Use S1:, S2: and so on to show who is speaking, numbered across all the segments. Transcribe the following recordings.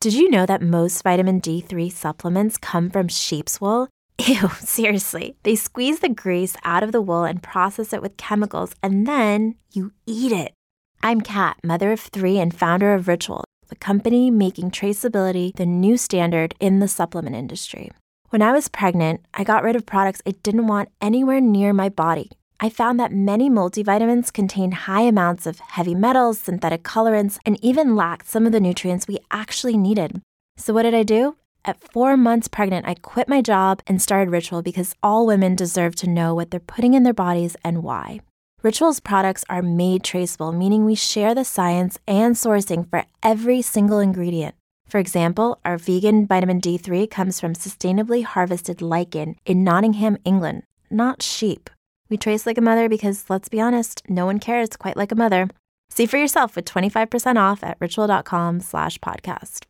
S1: Did you know that most vitamin D3 supplements come from sheep's wool? Ew, seriously. They squeeze the grease out of the wool and process it with chemicals, and then you eat it. I'm Kat, mother of three and founder of Ritual, the company making traceability the new standard in the supplement industry. When I was pregnant, I got rid of products I didn't want anywhere near my body. I found that many multivitamins contained high amounts of heavy metals, synthetic colorants, and even lacked some of the nutrients we actually needed. So, what did I do? At four months pregnant, I quit my job and started Ritual because all women deserve to know what they're putting in their bodies and why. Ritual's products are made traceable, meaning we share the science and sourcing for every single ingredient. For example, our vegan vitamin D3 comes from sustainably harvested lichen in Nottingham, England, not sheep. We trace like a mother because, let's be honest, no one cares quite like a mother. See for yourself with 25% off at ritual.com slash podcast.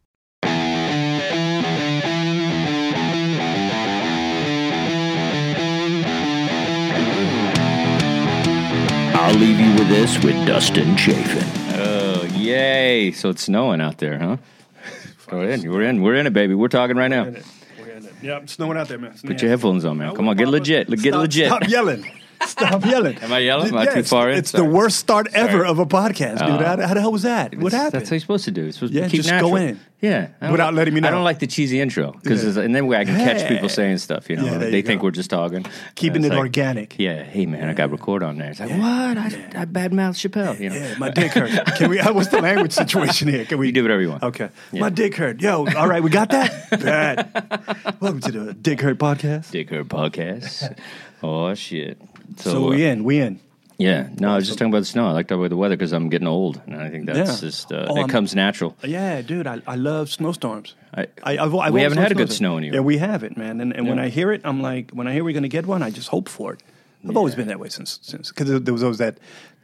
S2: I'll leave you with this with Dustin Chafin.
S3: Oh, yay. So it's snowing out there, huh? We're in. We're in. We're in it, baby. We're talking right now.
S4: in it. We're in it. Yep, it's snowing out there, man. It's
S3: Put
S4: nasty.
S3: your headphones on, man.
S4: I
S3: Come
S4: will
S3: on, get
S4: probably-
S3: legit. Get
S4: Stop-
S3: legit.
S4: Stop yelling. Stop yelling.
S3: Am I yelling? Am I too
S4: it's-
S3: far in?
S4: It's
S3: Sorry.
S4: the worst start ever
S3: Sorry. Oh.
S4: of a podcast, dude. How, how the hell was that? What
S3: That's-
S4: happened?
S3: That's how you're supposed to do. It's supposed
S4: Yeah,
S3: to keep
S4: just
S3: natural.
S4: go in.
S3: Yeah, I don't
S4: Without
S3: like-
S4: letting me
S3: I don't
S4: know.
S3: like the cheesy intro because,
S4: Yeah.
S3: and then I can catch
S4: Hey.
S3: people saying stuff. You know,
S4: Yeah, there
S3: they
S4: you
S3: think
S4: go.
S3: we're just talking,
S4: Keeping
S3: And it's
S4: it
S3: like,
S4: organic.
S3: Yeah, hey man, I got record on there. It's like what? I, I badmouth Chappelle. You know,
S4: Yeah, my dick hurt. Can we? What's the language situation here? Can we
S3: You do whatever you want.
S4: Okay, my dick hurt. Yo, all right, we got that. Bad. Welcome to the Dick Hurt Podcast.
S3: Dick Her podcast. oh shit. So,
S4: So,
S3: uh,
S4: we in, we in.
S3: yeah, no, I was just talking about the snow. I like talking about the weather because I'm getting old, and I think that's
S4: Yeah.
S3: just uh,
S4: Oh,
S3: it
S4: I'm-
S3: comes natural.
S4: Yeah, dude, I, I love snowstorms.
S3: I-
S4: I, I've, I've
S3: we
S4: always
S3: haven't
S4: loved
S3: had a good
S4: snowstorms.
S3: snow in New York.
S4: Yeah, we haven't, man. And, and when
S3: Yeah.
S4: I hear it, I'm like, when I hear we're going to get one, I just hope for it. I've always been that way since since because there was always that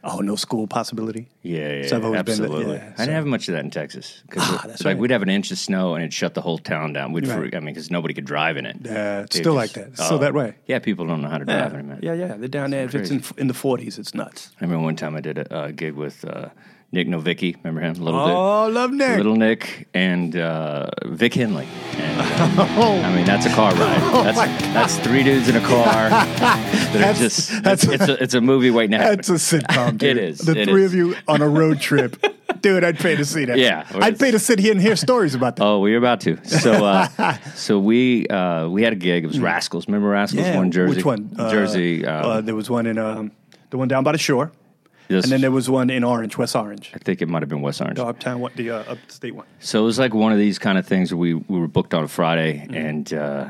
S4: oh no school possibility.
S3: Yeah, yeah,
S4: So I've always been the-
S3: absolutely.
S4: yeah,
S3: I
S4: so- Ah,
S3: didn't have much of that in Texas because like
S4: that's right.
S3: we'd have an inch of snow and it shut the whole town down. We'd
S4: Right.
S3: freak, I mean, because nobody could drive in it.
S4: Yeah, it's
S3: They just- oh.
S4: still like that. It's still that way.
S3: Yeah, people don't know how to drive in it, man.
S4: yeah, yeah. They're down there. If it's in, in the 40s, it's nuts.
S3: I remember one time I did a uh, gig with uh, Nick Novicki. Remember him? Little
S4: Oh, love
S3: Nick.
S4: Nick.
S3: Little Nick and uh, Vic Henley. And, um, I mean, that's a car ride. That's
S4: Oh my
S3: that's three dudes in a car. that are
S4: That's-
S3: just
S4: that's-
S3: it's, it's a, it's a movie waiting to happen.
S4: That's a sitcom, dude.
S3: It is.
S4: The
S3: It
S4: three
S3: is.
S4: of you on a road trip. dude, I'd pay to see that.
S3: Yeah.
S4: I'd pay to sit here and hear stories about that.
S3: Oh, we were about to. So, uh, so we uh, we had a gig. It was Rascals. Remember Rascals? one Jersey.
S4: Hmm. Which one? Uh,
S3: Jersey.
S4: Uh,
S3: Uh,
S4: there was one in um, the one down by the shore,
S3: this-
S4: and then there was one in Orange, West Orange,
S3: I think it might have been West Orange.
S4: the uptown, what the uh, upstate one.
S3: So it was like one of these kind of things where we, we were booked on a Friday,
S4: Hmm.
S3: and uh,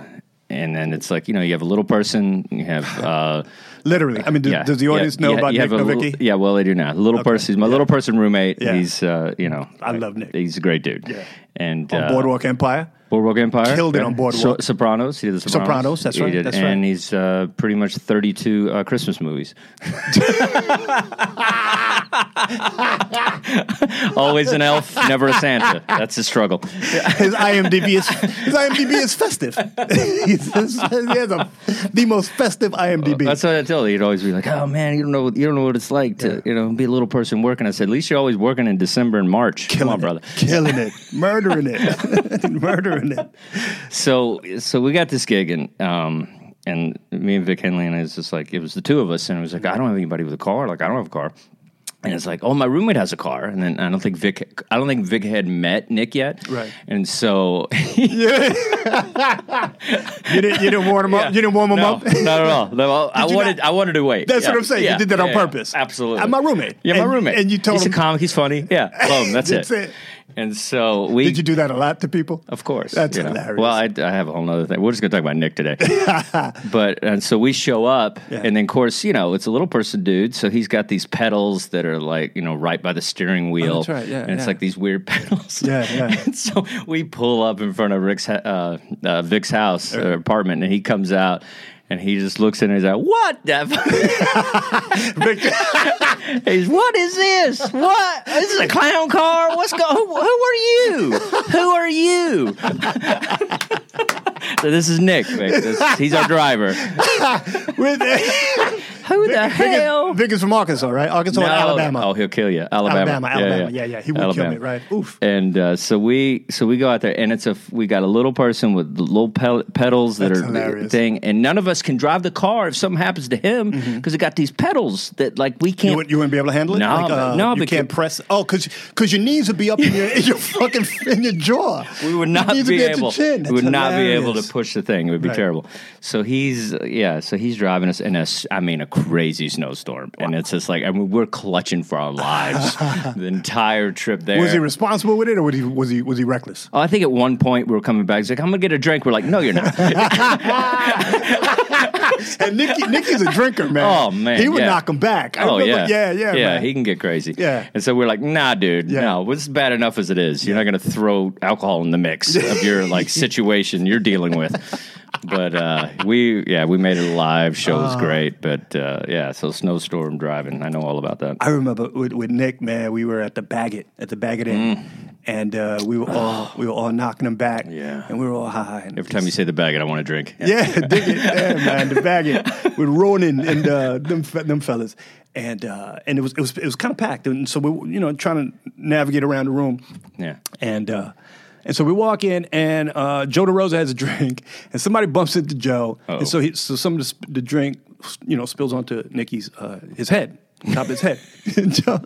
S3: and then it's like you know you have a little person, you have uh,
S4: Literally, I mean, do,
S3: yeah,
S4: does the
S3: yeah,
S4: audience know
S3: yeah,
S4: about
S3: you
S4: Nick
S3: have a little-
S4: Novicki?
S3: yeah, well they do now. The Little person, he's my little person roommate.
S4: Yeah.
S3: He's uh, you know
S4: I love Nick.
S3: He's a great dude.
S4: Yeah.
S3: And
S4: On
S3: uh,
S4: Boardwalk Empire.
S3: Boardwalk Empire.
S4: Killed it on
S3: So,
S4: Boardwalk.
S3: Sopranos. He did the Sopranos.
S4: Sopranos, that's
S3: He
S4: right,
S3: did-
S4: that's
S3: and
S4: right.
S3: he's uh, pretty much 32 uh, Christmas movies. Always an elf, never a Santa. That's his struggle.
S4: His IMDb is his IMDb is festive. He's- he has a, the most festive IMDb.
S3: Oh, That's what I tell you. You'd always be like, "Oh man, you don't know, you don't know what it's like to, you know, be a little person working." I said, "At least you're always working in December and March." Come on,
S4: it,
S3: brother.
S4: killing it, murdering it, murdering it.
S3: so so we got this gig and um and me and Vic Henley and I was just like it was the two of us and it was like I don't have anybody with a car like I don't have a car and it's like oh my roommate has a car and then I don't think Vic I don't think Vic had met Nick yet
S4: Right.
S3: and so
S4: You didn't, you didn't warm him up. You didn't warm him
S3: no,
S4: up.
S3: not at all no, I- I
S4: Did you
S3: wanted
S4: not?
S3: I wanted to wait
S4: That's what
S3: Yeah,
S4: I'm saying.
S3: yeah,
S4: you did that on
S3: yeah, yeah.
S4: purpose.
S3: absolutely
S4: I'm my roommate.
S3: yeah my
S4: And-
S3: roommate
S4: And you told
S3: he's
S4: him
S3: a comic he's funny yeah boom that's,
S4: That's it.
S3: and so we
S4: Did you do that a lot to people?
S3: Of course.
S4: That's
S3: you know.
S4: hilarious.
S3: Well, I, I have a whole other thing. We're just going to talk about Nick today. but, and so we show up,
S4: Yeah.
S3: and then, of course, you know, it's a little person dude. So he's got these pedals that are like, you know, right by the steering wheel.
S4: Oh, that's right, yeah,
S3: And it's
S4: yeah.
S3: like these weird pedals.
S4: Yeah, yeah.
S3: and so we pull up in front of Rick's, ha- uh, uh, Vic's house
S4: Uh-huh.
S3: or apartment, and he comes out. And he just looks in and he's like, "What the?
S4: Victor,
S3: f-" he's what is this? What? This is a clown car? What's going? Who, who are you? Who are you?" So this is Nick. Vic. This- he's our driver.
S4: with
S3: Who the hell?
S4: Vic is from Arkansas, right? Arkansas and Alabama.
S3: Oh, he'll kill you. Alabama.
S4: Alabama, Alabama. Yeah, yeah. He would kill me, right? Oof.
S3: And uh, so we so we go out there, and it's a f- we got a little person with little pel- pedals that
S4: That's
S3: are
S4: hilarious.
S3: thing, and none of us can drive the car if something happens to him because it got these pedals that like we can't.
S4: Mm-hmm. You wouldn't, you wouldn't be able to handle it.
S3: No,
S4: like, uh,
S3: man. No,
S4: you
S3: because-
S4: can't press. Oh, because your knees would be up in your in your fucking in your jaw.
S3: we would
S4: Your
S3: not be,
S4: knees at your
S3: able.
S4: chin.
S3: We
S4: That's
S3: would not be able to
S4: hilarious.
S3: push the thing. It would be
S4: Right.
S3: terrible. So he's uh, yeah. So he's driving us in a s- I mean a crazy snowstorm, and it's just like I mean we're clutching for our lives the entire trip there.
S4: Was he responsible with it, or was he was he was he reckless?
S3: Oh, I think at one point we were coming back. He's like, "I'm gonna get a drink." We're like, "No, you're not."
S4: And Nicky, Nicky's a drinker, man.
S3: Oh, man,
S4: he would
S3: yeah.
S4: knock him back. I
S3: oh yeah,
S4: remember- yeah, yeah,
S3: yeah.
S4: man.
S3: He can get crazy.
S4: Yeah.
S3: And so we're like, "Nah, dude,
S4: Yeah.
S3: no. It's bad enough as it is. You're not gonna throw alcohol in the mix of your like situation you're dealing with." But uh, we, yeah, we made it alive. Show was great, but uh, yeah, so snowstorm driving. I know all about that.
S4: I remember with, with Nick, man, we were at the Baggett, at the Baggett Inn,
S3: Mm.
S4: and uh, we were all we were all knocking him back,
S3: Yeah.
S4: and we were all high. And
S3: Every time you say the bag, I want to drink.
S4: yeah, dig it, yeah, man, the Baggett with Ronan and uh, them fe- them fellas, and uh, and it was it was it was kind of packed, and so we were, you know trying to navigate around the room,
S3: yeah.
S4: and uh, and so we walk in, and uh, Joe DeRosa has a drink, and somebody bumps into Joe,
S3: Uh-oh.
S4: and so he, so some of the, sp- the drink, you know, spills onto Nikki's uh, his head, top of his head, and Joe,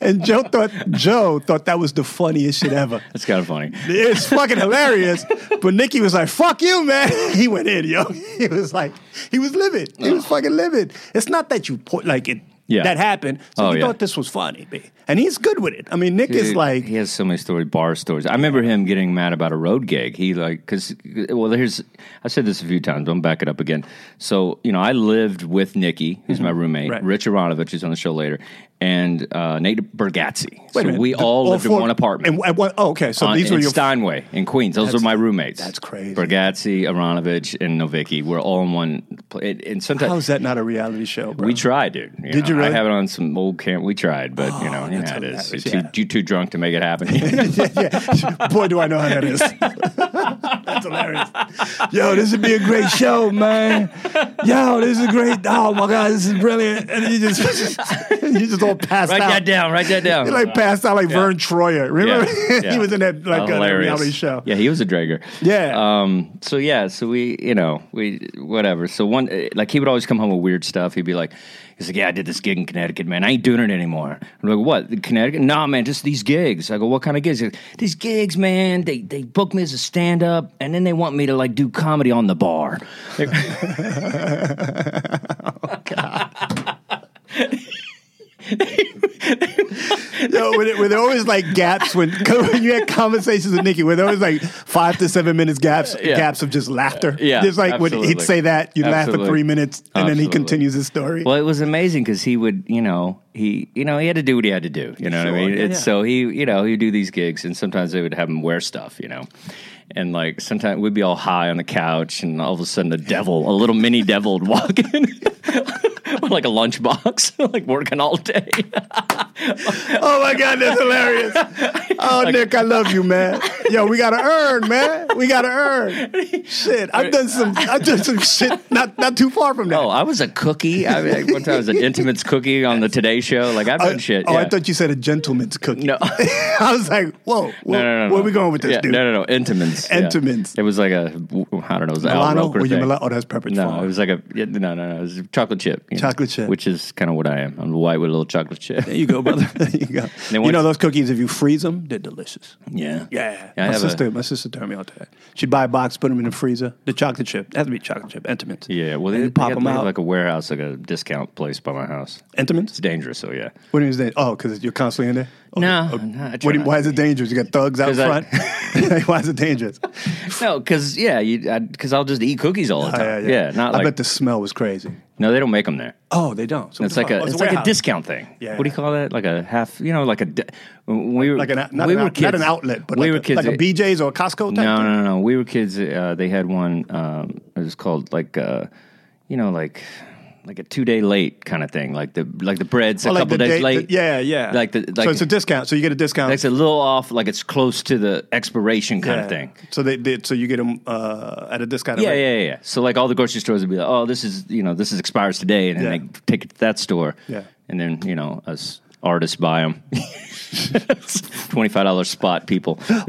S4: and Joe thought Joe thought that was the funniest shit ever.
S3: That's kind of funny.
S4: It's fucking hilarious, but Nikki was like, "Fuck you, man." He went in, yo. He was like, he was livid. He was fucking livid. It's not that you put like it.
S3: Oh. Yeah.
S4: That happened. So
S3: Oh,
S4: he
S3: yeah.
S4: thought this was funny, man. and he's good with it. I mean, Nick is
S3: Dude,
S4: like,
S3: he has so many story bar stories. I remember him getting mad about a road gig. He like because well, here's I said this a few times. but I'm back it up again. So you know, I lived with Nikki, who's my roommate,
S4: Mm-hmm. Right.
S3: Rich Aronovich, who's on the show later, and uh, Nate Bergazzi.
S4: Wait a
S3: so
S4: minute.
S3: we
S4: The-
S3: all lived
S4: four-
S3: in one apartment. Uh,
S4: And, and one, oh, okay. So
S3: on-
S4: these were
S3: in
S4: your.
S3: Steinway in Queens. Those were
S4: That's-
S3: my roommates.
S4: that's crazy.
S3: Bergazzi, Aronovich, and Novicki. We're all in one. pla- And, and sometimes
S4: How is that not a reality show, bro?
S3: we tried, dude.
S4: Did you
S3: know,
S4: really? Oh,
S3: I have it on some old camp. We tried, but you know, you know
S4: that's
S3: how it is.
S4: hilarious,
S3: You're too,
S4: yeah.
S3: you too drunk to make it happen. you know?
S4: yeah, yeah. Boy, do I know how that is. That's hilarious. Yo, this would be a great show, man. Yo, this is great. Oh my god, this is brilliant. And you just, you just all passed
S3: Write
S4: out.
S3: that down. Write that down.
S4: You like passed out like Vern Troyer. Remember,
S3: Yeah, yeah.
S4: he was in that like uh, that
S3: Hilarious.
S4: reality show.
S3: Yeah, he was a dragger.
S4: Yeah.
S3: Um. So yeah. So we, you know, we whatever. So one, eh, like he would always come home with weird stuff. He'd be like, he's like, yeah, I did this gig in Connecticut, man. I ain't doing it anymore. I'm like, what? The Connecticut? Nah, man, just these gigs. I go, what kind of gigs? He's like, these gigs, man. They they book me as a stand up, and then they want me to like do comedy on the bar. Like-
S4: Yo, were there, were there always like gaps when, when you had conversations with Nikki? Were there always like five to seven minutes gaps
S3: Yeah.
S4: gaps of just laughter?
S3: Yeah,
S4: just like when he'd
S3: absolutely.
S4: say that, you'd laugh
S3: Absolutely.
S4: for three minutes, and then he
S3: Absolutely.
S4: continues his story.
S3: Well, it was amazing because he would, you know, he, you know, he had to do what he had to do. You know what I mean?
S4: yeah,
S3: and
S4: yeah.
S3: so he, you know, he'd do these gigs, and sometimes they would have him wear stuff, you know. And like sometimes we'd be all high on the couch, and all of a sudden the devil, a little mini devil, would walk in with like a lunchbox, like working all day.
S4: oh my god, that's hilarious! Oh Nick, I love you, man. Yo, we gotta earn, man. We gotta earn. Shit, I've done some. I've done some shit not not too far from that.
S3: Oh, I was a cookie. I mean, like, one time I was an intimates cookie on the Today Show. Like I've done
S4: I-
S3: shit.
S4: oh, I
S3: yeah.
S4: thought you said a gentleman's cookie.
S3: No.
S4: I was like, whoa, whoa
S3: No, no, no, no.
S4: where are we going with this,
S3: Yeah,
S4: dude?
S3: No, no, no. Intimins. yeah.
S4: Intimins.
S3: It was like a, I don't know, it was Al
S4: Milano?
S3: Roker
S4: Were you
S3: thing.
S4: Mila- oh, that's Pepperidge
S3: No,
S4: Farm.
S3: it was like a, yeah, no, no, no. It was chocolate chip. you know,
S4: Chocolate chip.
S3: Which is kind of what I am. I'm white with a little chocolate chip.
S4: There you go, brother. There you go.
S3: then
S4: you know
S3: once-
S4: those cookies? If you freeze them, they're delicious.
S3: Yeah.
S4: Yeah,
S3: I
S4: my
S3: have a-
S4: sister, my sister turned me on to that. She'd buy a box, put them in the freezer. The chocolate chip it has to be chocolate chip Entenmann's.
S3: Yeah. Well,
S4: And
S3: they,
S4: you pop them out.
S3: like a warehouse, like a discount place by my house.
S4: Entenmann's?
S3: It's dangerous. So yeah.
S4: What do you mean? it's dangerous? Oh, because you're constantly in there. Oh,
S3: No,
S4: oh,
S3: no, I
S4: what
S3: try
S4: do you-
S3: not
S4: why is it dangerous? You got thugs out
S3: 'Cause I-
S4: front. Like, why is it dangerous? Oh,
S3: No, because yeah, you because I'll just eat cookies all the
S4: Oh,
S3: time. yeah, Not
S4: I
S3: like
S4: bet the smell was crazy.
S3: no, they don't make them there.
S4: Oh, they don't. So
S3: It's
S4: what
S3: like
S4: the
S3: a
S4: fuck? Oh,
S3: it's like a
S4: warehouse.
S3: discount thing.
S4: Yeah.
S3: What do you call that? Like a half, you know, like a di- when we were
S4: Like an out- not,
S3: we
S4: an,
S3: were
S4: out- not
S3: kids-
S4: an outlet, but
S3: we
S4: like,
S3: were
S4: a,
S3: kids.
S4: like a
S3: it-
S4: BJ's or a Costco. Type
S3: No,
S4: thing?
S3: no, no. We were kids. Uh, they had one. Um, it was called like, uh, you know, like like a two day late kind of thing. Like the like the bread's a
S4: Oh, like
S3: couple
S4: the
S3: days
S4: date-
S3: late.
S4: the- yeah, yeah.
S3: Like the like
S4: so it's a discount. So you get a discount.
S3: like it's a little off. Like it's close to the expiration kind
S4: Yeah.
S3: of thing.
S4: So they, they so you get them uh, at a discount.
S3: Yeah,
S4: rate.
S3: yeah, yeah, yeah. So like all the grocery stores would be like, oh, this is you know this is expires today, and then
S4: Yeah.
S3: they take it to that store.
S4: Yeah.
S3: and then you know us artists buy them. Twenty five dollar spot people trying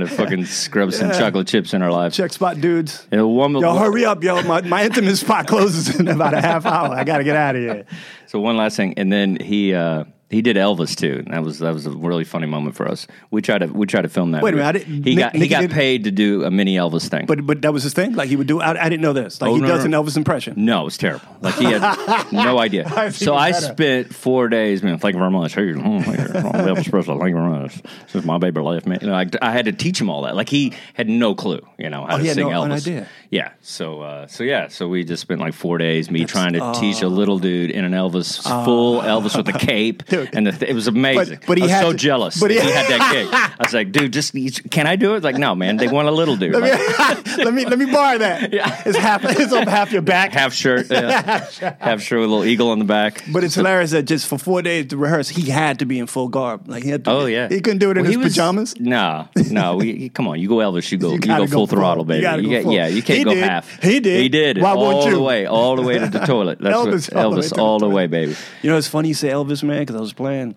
S3: to fucking scrub some chocolate chips in our lives.
S4: Check spot dudes.
S3: And a woman-
S4: Yo, hurry up, yo! My, my intimate spot closes in about a half hour. I gotta get out of here.
S3: So one last thing, and then he uh, he did Elvis too, and that was that was a really funny moment for us. We tried to we tried to film that.
S4: Wait a minute, I
S3: He
S4: didn't- Nick-
S3: got he
S4: Nicky
S3: got
S4: did-
S3: paid to do a mini Elvis thing,
S4: But but that was his thing. Like he would do. I, I didn't know this. Like
S3: Oh,
S4: he
S3: no,
S4: does
S3: no.
S4: an Elvis impression.
S3: No, it was terrible. Like he had no idea.
S4: I think
S3: so
S4: it's
S3: I
S4: better.
S3: spent four days, man. Thank you very much. Here, mm, here, oh, Elvis Presley. Thank you very much. Since my baby left me, like I had to teach him all that. Like he had no clue, you know, how to
S4: Oh, he had
S3: sing
S4: no-
S3: Elvis.
S4: an idea.
S3: Yeah. So, uh, so yeah. So we just spent like four days me trying to teach a little dude in an Elvis full Elvis with a cape,
S4: Ah. Dude.
S3: and the th- it was amazing.
S4: But- but he
S3: I was
S4: had
S3: so
S4: to-
S3: jealous.
S4: but
S3: But
S4: he-
S3: he, had that gig. I was like, dude, just can I do it? Like, no, man. They want a little dude.
S4: Let
S3: Like,
S4: me let me let me borrow that.
S3: Yeah.
S4: It's half it's up half your back.
S3: half shirt, yeah. half shirt with a little eagle on the back.
S4: But it's hilarious that just for four days to rehearse, he had to be in full garb. Like he had to,
S3: Oh yeah,
S4: he couldn't do it in
S3: Well, he
S4: his
S3: was-
S4: pajamas.
S3: No, no. We, come on, you go Elvis, you go, you,
S4: gotta
S3: go
S4: go
S3: full
S4: full.
S3: throttle,
S4: You
S3: baby.
S4: gotta go
S3: get-
S4: full.
S3: yeah, you can't
S4: He
S3: go
S4: did.
S3: half.
S4: He did.
S3: He did.
S4: Why
S3: all
S4: won't
S3: the
S4: you?
S3: way, all the way to the toilet. That's
S4: Elvis
S3: what,
S4: all the way to
S3: Elvis
S4: the
S3: all the
S4: toilet.
S3: way, baby.
S4: You know, it's funny you say Elvis, man, because I was playing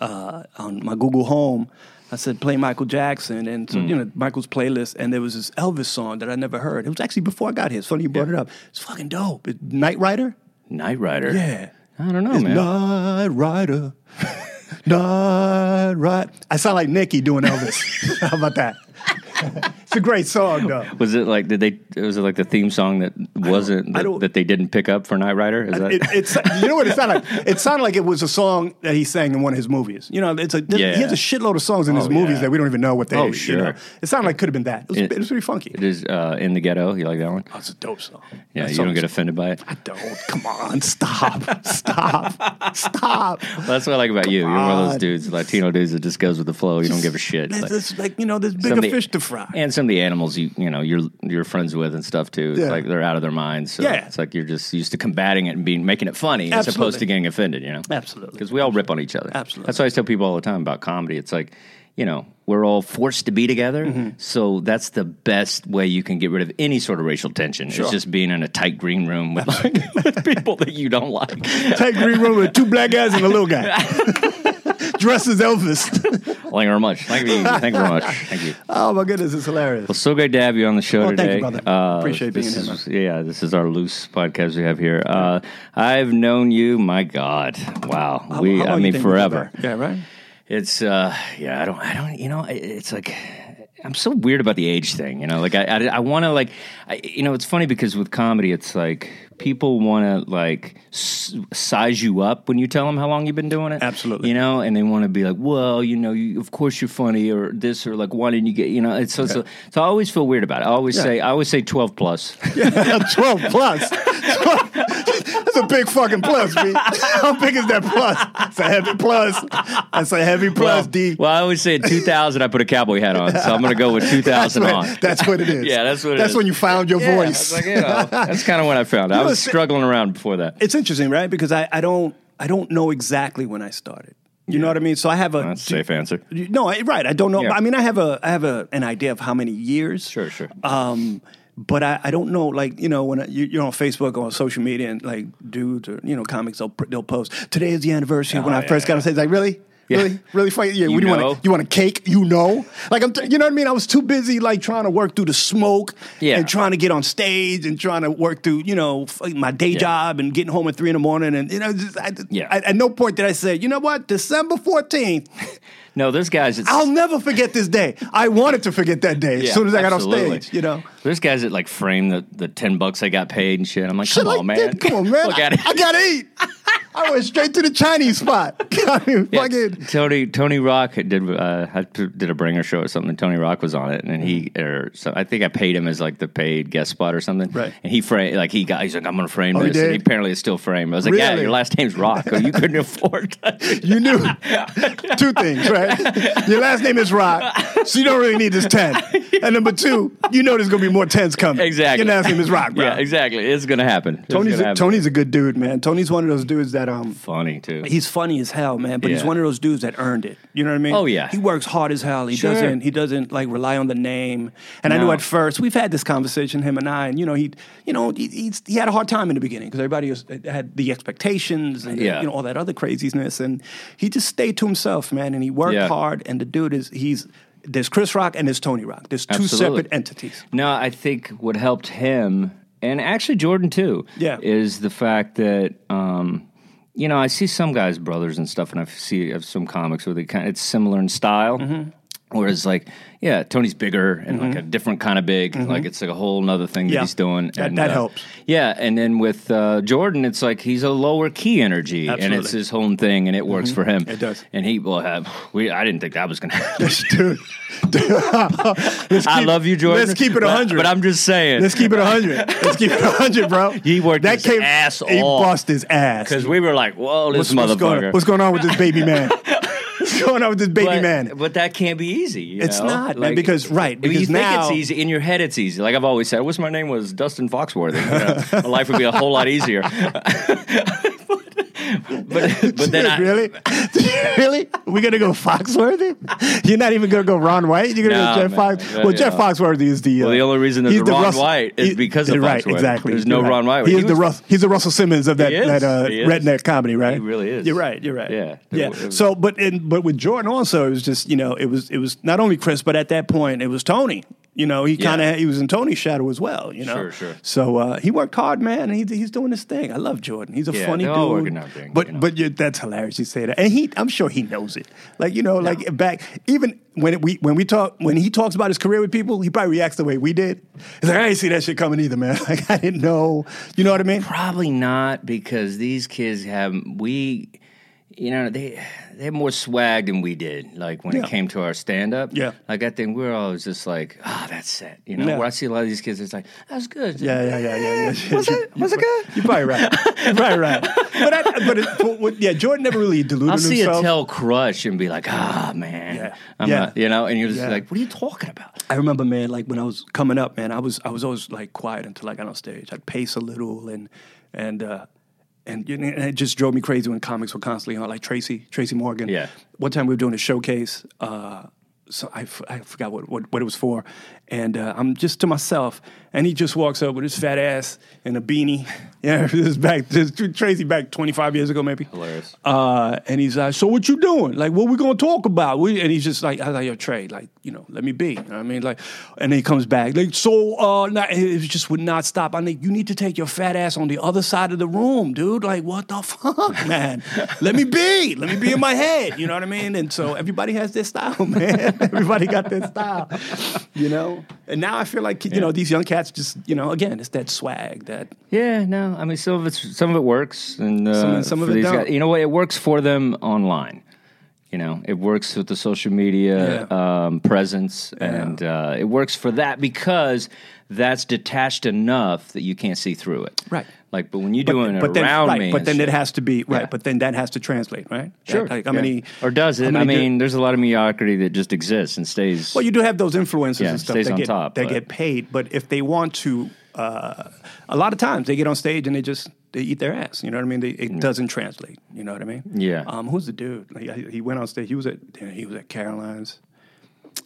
S4: uh, on my Google Home. I said play Michael Jackson, and
S3: Mm.
S4: so, you know Michael's playlist, and there was this Elvis song that I never heard. It was actually before I got here. It's funny you brought it up. It's fucking dope. It, Night Rider.
S3: Night Rider.
S4: Yeah.
S3: I don't know, man.
S4: Night Rider. Night Rider. I sound like Nicki doing Elvis. How about that? it's a great song, though.
S3: Was it like did they? Was it like the theme song that wasn't
S4: I
S3: that,
S4: don't-
S3: that they didn't pick up for Night Rider? Is that
S4: It, it's you know what it sounded like. It sounded like it was a song that he sang in one of his movies. You know, it's a
S3: Yeah.
S4: he has a shitload of songs in his
S3: Oh,
S4: movies
S3: yeah.
S4: that we don't even know what they.
S3: Oh,
S4: You know?
S3: sure.
S4: It sounded like it could have been that. It was, it,
S3: It-
S4: was pretty funky.
S3: it is uh, in the ghetto? You like that one?
S4: That's a dope song.
S3: Yeah,
S4: That
S3: you
S4: song
S3: don't
S4: is-
S3: get offended by it.
S4: I don't. Come on, stop, stop, stop.
S3: That's what I like about you. You're one of
S4: on.
S3: those dudes, Latino dudes, that just goes with the flow. You don't give a shit.
S4: There's
S3: Like-
S4: this, like you know, there's
S3: Some
S4: bigger
S3: of the-
S4: fish to fry.
S3: and some of the animals you you know you're you're friends with and stuff too. It's
S4: Yeah.
S3: like they're out of their minds. So
S4: Yeah.
S3: it's like you're just used to combating it and being making it funny as
S4: Absolutely.
S3: opposed to getting offended. You know,
S4: Absolutely.
S3: because we all rip on each other.
S4: Absolutely.
S3: that's why I always tell people all the time about comedy. It's like you know we're all forced to be together,
S4: Mm-hmm.
S3: so that's the best way you can get rid of any sort of racial tension. It's just being in a tight green room with, like, with people that you don't like.
S4: Take Green Room with two black guys and a little guy. Dressed as Elvis.
S3: Thank you very much. Thank you. Thank you very much. Thank you.
S4: oh my goodness, it's hilarious.
S3: Well, so great to have you on the show
S4: Oh, thank you,
S3: today. Uh,
S4: brother. Appreciate
S3: this
S4: being here,
S3: is- Yeah, this is our loose podcast we have here. Uh, I've known you, my God, wow, we, I
S4: How long you
S3: mean,
S4: think we've been
S3: forever.
S4: back? Yeah, right.
S3: It's, uh, yeah, I don't, I don't, you know, I- it's like. I'm so weird about the age thing, you know. Like I, I, I want to like, I, you know, it's funny because with comedy, it's like people want to like s- size you up when you tell them how long you've been doing it.
S4: Absolutely.
S3: you know, and they want to be like, well, you know, you, of course you're funny or this or like, why didn't you get, you know? It's so, so, so I always feel weird about it. I always say, I always say 12 plus.
S4: Yeah, 12 plus. 12. That's a big fucking plus, B. How big is that plus? It's a heavy plus. That's a heavy plus, D.
S3: Well, I always say in 2000, I put a cowboy hat on, so I'm going to go with 2000
S4: that's,
S3: on.
S4: what, that's what it is.
S3: Yeah, that's what it
S4: That's
S3: is.
S4: when you found your
S3: Yeah, I was
S4: voice.
S3: like, you know, that's kind of what I found. I
S4: know,
S3: was
S4: it's-
S3: struggling around before that.
S4: it's interesting, right? Because I, I don't I don't know exactly when I started. You know what I mean? So I have a
S3: That's a safe answer.
S4: You- No, I, right. I don't know.
S3: Yeah.
S4: I mean, I have a I have a, an idea of how many years.
S3: Sure, sure.
S4: Um, but I, I don't know. Like you know, when I, you, you're on Facebook or on social media, and like dudes or you know comics, they'll pr- they'll post today is the anniversary of when
S3: Oh,
S4: I first
S3: yeah.
S4: got on stage. Like really. Really, really funny. Yeah,
S3: You
S4: what do you
S3: know.
S4: want? You want a cake? You know, like I'm, t- you know what I mean. I was too busy like trying to work through the smoke,
S3: Yeah.
S4: and trying to get on stage and trying to work through you know f- my day job and getting home at three in the morning, and you know, just I,
S3: Yeah.
S4: I- at no point did I say, you know what, December fourteenth,
S3: No, there's guys. It's,
S4: I'll never forget this day. I wanted to forget that day as
S3: Yeah,
S4: soon as I got
S3: absolutely.
S4: off stage, you know.
S3: There's guys that like frame the, the ten bucks I got paid and shit. I'm like,
S4: Shit
S3: come on,
S4: like that.
S3: man,
S4: Come on, man.
S3: Look at it.
S4: I, I gotta eat. I went straight to the Chinese spot. I mean,
S3: Yeah,
S4: fucking.
S3: Tony Tony Rock did uh, had to- did a bringer show or something. and Tony Rock was on it, and he
S4: Mm.
S3: or so I think I paid him as like the paid guest spot or something.
S4: Right.
S3: And he framed like he got he's like I'm gonna frame
S4: Oh, he
S3: this. And
S4: did?
S3: he apparently is still framed. I was like, yeah,
S4: Really?
S3: your last name's Rock, or you couldn't afford.
S4: You knew two things, right? Your last name is Rock, so you don't really need this 10. And number two, you know there's going to be more 10s coming.
S3: exactly.
S4: Your last name is Rock, bro.
S3: Yeah, exactly. It's gonna happen. It's
S4: Tony's
S3: gonna
S4: a,
S3: happen.
S4: Tony's a good dude, man. Tony's one of those dudes that um
S3: funny too.
S4: he's funny as hell, man. But he's
S3: Yeah.
S4: one of those dudes that earned it. You know what I mean?
S3: Oh, yeah.
S4: He works hard as hell. He
S3: Sure.
S4: doesn't. He doesn't like rely on the name. And I know
S3: No.
S4: at first we've had this conversation, him and I, and you know he, you know he, he's, he had a hard time in the beginning because everybody was, had the expectations and
S3: Yeah.
S4: you know all that other craziness, and he just stayed to himself, man. And he worked
S3: Yeah.
S4: hard. And the dude is he's there's Chris Rock and there's Tony Rock. There's two
S3: Absolutely.
S4: separate entities.
S3: No, I think what helped him, and actually Jordan too,
S4: Yeah.
S3: is the fact that um, you know I see some guys, brothers and stuff, and I see of some comics where they kind it's similar in style.
S4: Mm-hmm.
S3: Whereas, like, yeah, Tony's bigger and like a different kind of big. Like, it's like a whole nother thing that
S4: Mm-hmm. Yeah.
S3: he's doing.
S4: That-
S3: and, uh,
S4: that helps.
S3: Yeah, and then with uh, Jordan, it's like he's a lower key energy, and it's
S4: Absolutely. Mm-hmm.
S3: his own thing, and it works for him.
S4: It does.
S3: And he will have. We I didn't think that was going to happen.
S4: dude, dude. Let's
S3: I
S4: keep-
S3: love you, Jordan.
S4: Let's keep it
S3: but-
S4: hundred.
S3: But I'm just saying.
S4: Let's keep it 100. Let's keep it 100, bro.
S3: He worked his ass
S4: He
S3: off.
S4: bust his ass.
S3: Because we were like, whoa, this
S4: what's,
S3: motherfucker.
S4: going, what's going on with this baby man? what's going on with this baby
S3: but,
S4: man?
S3: But that can't be easy. you
S4: It's
S3: know?
S4: not, man, because- right,
S3: I mean,
S4: because
S3: you
S4: now-
S3: think it's easy in your head. It's easy. Like I've always said, I wish my name was Dustin Foxworthy. You know? My life would be a whole lot easier. but but, but then I,
S4: really? really? We're going to go Foxworthy? You're not even going to go Ron White? You're going to
S3: Nah,
S4: go Jeff
S3: man.
S4: Fox?
S3: Yeah,
S4: Well, Jeff
S3: yeah.
S4: Foxworthy is the. Uh,
S3: Well, the only reason there's
S4: he's
S3: a Ron
S4: Russell-
S3: White is because of
S4: Right,
S3: Foxworthy.
S4: exactly.
S3: There's no
S4: You're right.
S3: Ron White.
S4: He
S3: He
S4: is the
S3: was-
S4: Russ, he's the Russell Simmons of that,
S3: He is.
S4: that uh,
S3: He is.
S4: redneck comedy, right?
S3: He really is.
S4: You're right. You're right.
S3: Yeah.
S4: Yeah.
S3: It was-
S4: So, but and but with Jordan also, it was just you know, it was it was not only Chris, but at that point, it was Tony. You know, he
S3: Yeah.
S4: kind of he was in Tony's shadow as well. You know,
S3: Sure, sure.
S4: So uh, he worked hard, man, and he, he's doing his thing. I love Jordan. He's a
S3: Yeah,
S4: funny
S3: they're
S4: dude.
S3: all working out there,
S4: but
S3: you know.
S4: but you that's hilarious. You say that, and he I'm sure he knows it. Like you know, like back even when we when we talk when he talks about his career with people, he probably reacts the way we did. He's like, I didn't see that shit coming either, man. Like I didn't know. You know what I mean?
S3: Probably not because these kids have we, you know, they they have more swag than we did. Like when
S4: Yeah.
S3: it came to our stand up,
S4: Yeah.
S3: Like I think we we're always just like, ah, that's set. You know,
S4: Yeah.
S3: where I see a lot of these kids, it's like that's good.
S4: Yeah, yeah, yeah, yeah. yeah.
S3: Was it? Was it good?
S4: You're probably right. You're probably right. But, I, but, it, but what- yeah, Jordan never really deluded
S3: I'll see
S4: himself.
S3: a tell crush and be like, ah, man,
S4: Yeah.
S3: I'm
S4: Yeah.
S3: not- you know, and you're just
S4: Yeah.
S3: like, what are you talking about?
S4: I remember, man, like when I was coming up, man, I was I was always like quiet until I got on stage. I'd pace a little and and uh and, you know, and it just drove me crazy when comics were constantly on, like Tracy, Tracy Morgan.
S3: Yeah.
S4: One time we were doing a showcase, uh so I, f- I forgot what, what, what it was for. And uh, I'm just to myself. And he just walks up with his fat ass and a beanie. Yeah, this is back, this is Tracy back 25 years ago, maybe.
S3: Hilarious.
S4: Uh, and he's like, "So what you doing? Like, what we gonna talk about?" We, and he's just like, "I was like, yo, Trey, like, you know, let me be." You know what I mean, like, and then he comes back, like, so, uh, not, it was just would not stop. I think you need to take your fat ass on the other side of the room, dude. Like, what the fuck, man? let me be, let me be in my head. You know what I mean? And so everybody has their style, man. everybody got their style, you know. And now I feel like you know these young cats just, you know, again, it's that swag that
S3: Yeah, no, I mean, some of it's some of it works, and uh,
S4: Some- some of
S3: for
S4: it
S3: these
S4: don't.
S3: guys- you know what? It works for them online. You know, it works with the social media um, presence, and uh, it works for that because that's detached enough that you can't see through it.
S4: Right.
S3: Like, but when you're doing it
S4: then,
S3: around
S4: right,
S3: me,
S4: But
S3: and
S4: then
S3: shit-
S4: it has to be right.
S3: Yeah.
S4: But then that has to translate, right?
S3: sure.
S4: That- like, how
S3: yeah.
S4: many
S3: or does
S4: how
S3: it? I
S4: many do-
S3: mean, there's a lot of mediocrity that just exists and stays.
S4: well, you do have those influencers
S3: Yeah,
S4: and stuff
S3: stays
S4: that
S3: on
S4: get
S3: top,
S4: that
S3: but-
S4: get paid, but if they want to, uh, a lot of times they get on stage and they just they eat their ass. You know what I mean? They, it doesn't translate. You know what I mean?
S3: Yeah.
S4: Um, who's the dude? Like, I, he went on stage. He was at damn, he was at Caroline's.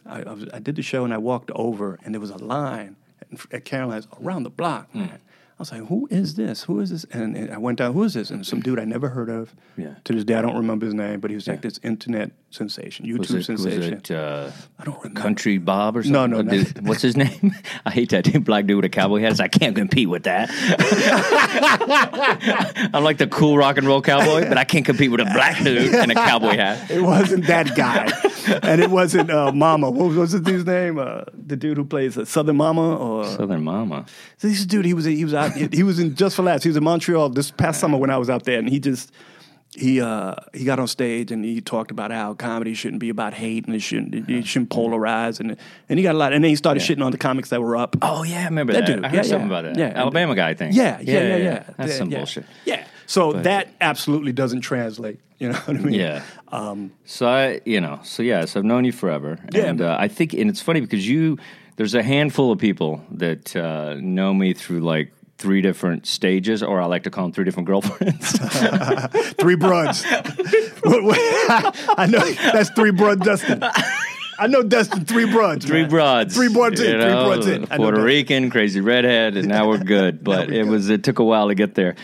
S4: I, I, was, I did the show and I walked over and there was a line at, at Caroline's around the
S3: Hmm.
S4: block. Man. I was like, "Who is this? Who is this?" And, and I went down, "Who is this?" And some dude I never heard of.
S3: Yeah.
S4: To this day, I don't remember his name, but he was like this internet sensation, YouTube
S3: was it, was
S4: sensation.
S3: it uh,
S4: I don't remember.
S3: Country Bob or something?
S4: No, no,
S3: What
S4: no.
S3: dude- what's his name? I hate that dude, black dude with a cowboy hat. It's like, I can't compete with that. I'm like the cool rock and roll cowboy, but I can't compete with a black dude in a cowboy hat.
S4: It wasn't that guy, and it wasn't uh, Mama. What was, what was the dude's name? Uh, the dude who plays uh, Southern Mama, or
S3: Southern Mama.
S4: this dude. He was he was out, he was in Just for Laughs. He was in Montreal this past summer when I was out there, and he just he uh, he got on stage and he talked about how comedy shouldn't be about hate and it shouldn't it, it shouldn't polarize and and he got a lot and then he started shitting on the comics that were up.
S3: Oh yeah, I remember
S4: That
S3: that.
S4: dude,
S3: I heard
S4: yeah,
S3: something
S4: yeah,
S3: about that.
S4: yeah.
S3: Alabama guy, I think.
S4: Yeah, yeah, yeah, yeah.
S3: That's
S4: Yeah,
S3: some
S4: yeah.
S3: bullshit.
S4: Yeah. So that absolutely doesn't translate. You know what I mean?
S3: Yeah. so I, you know, so yes, I've known you forever,
S4: Yeah.
S3: and uh, I think, and it's funny because you, there's a handful of people that uh, know me through like three different stages, or I like to call them three different girlfriends.
S4: Three bruds. What- what- I know that's three brud Dustin. I know Dustin three bruds.
S3: three
S4: man.
S3: broads,
S4: Three broads
S3: you
S4: in. Three
S3: know,
S4: broads in. I know
S3: Puerto
S4: Dustin.
S3: Rican, crazy redhead, and now we're good. But it was it took a while to get there.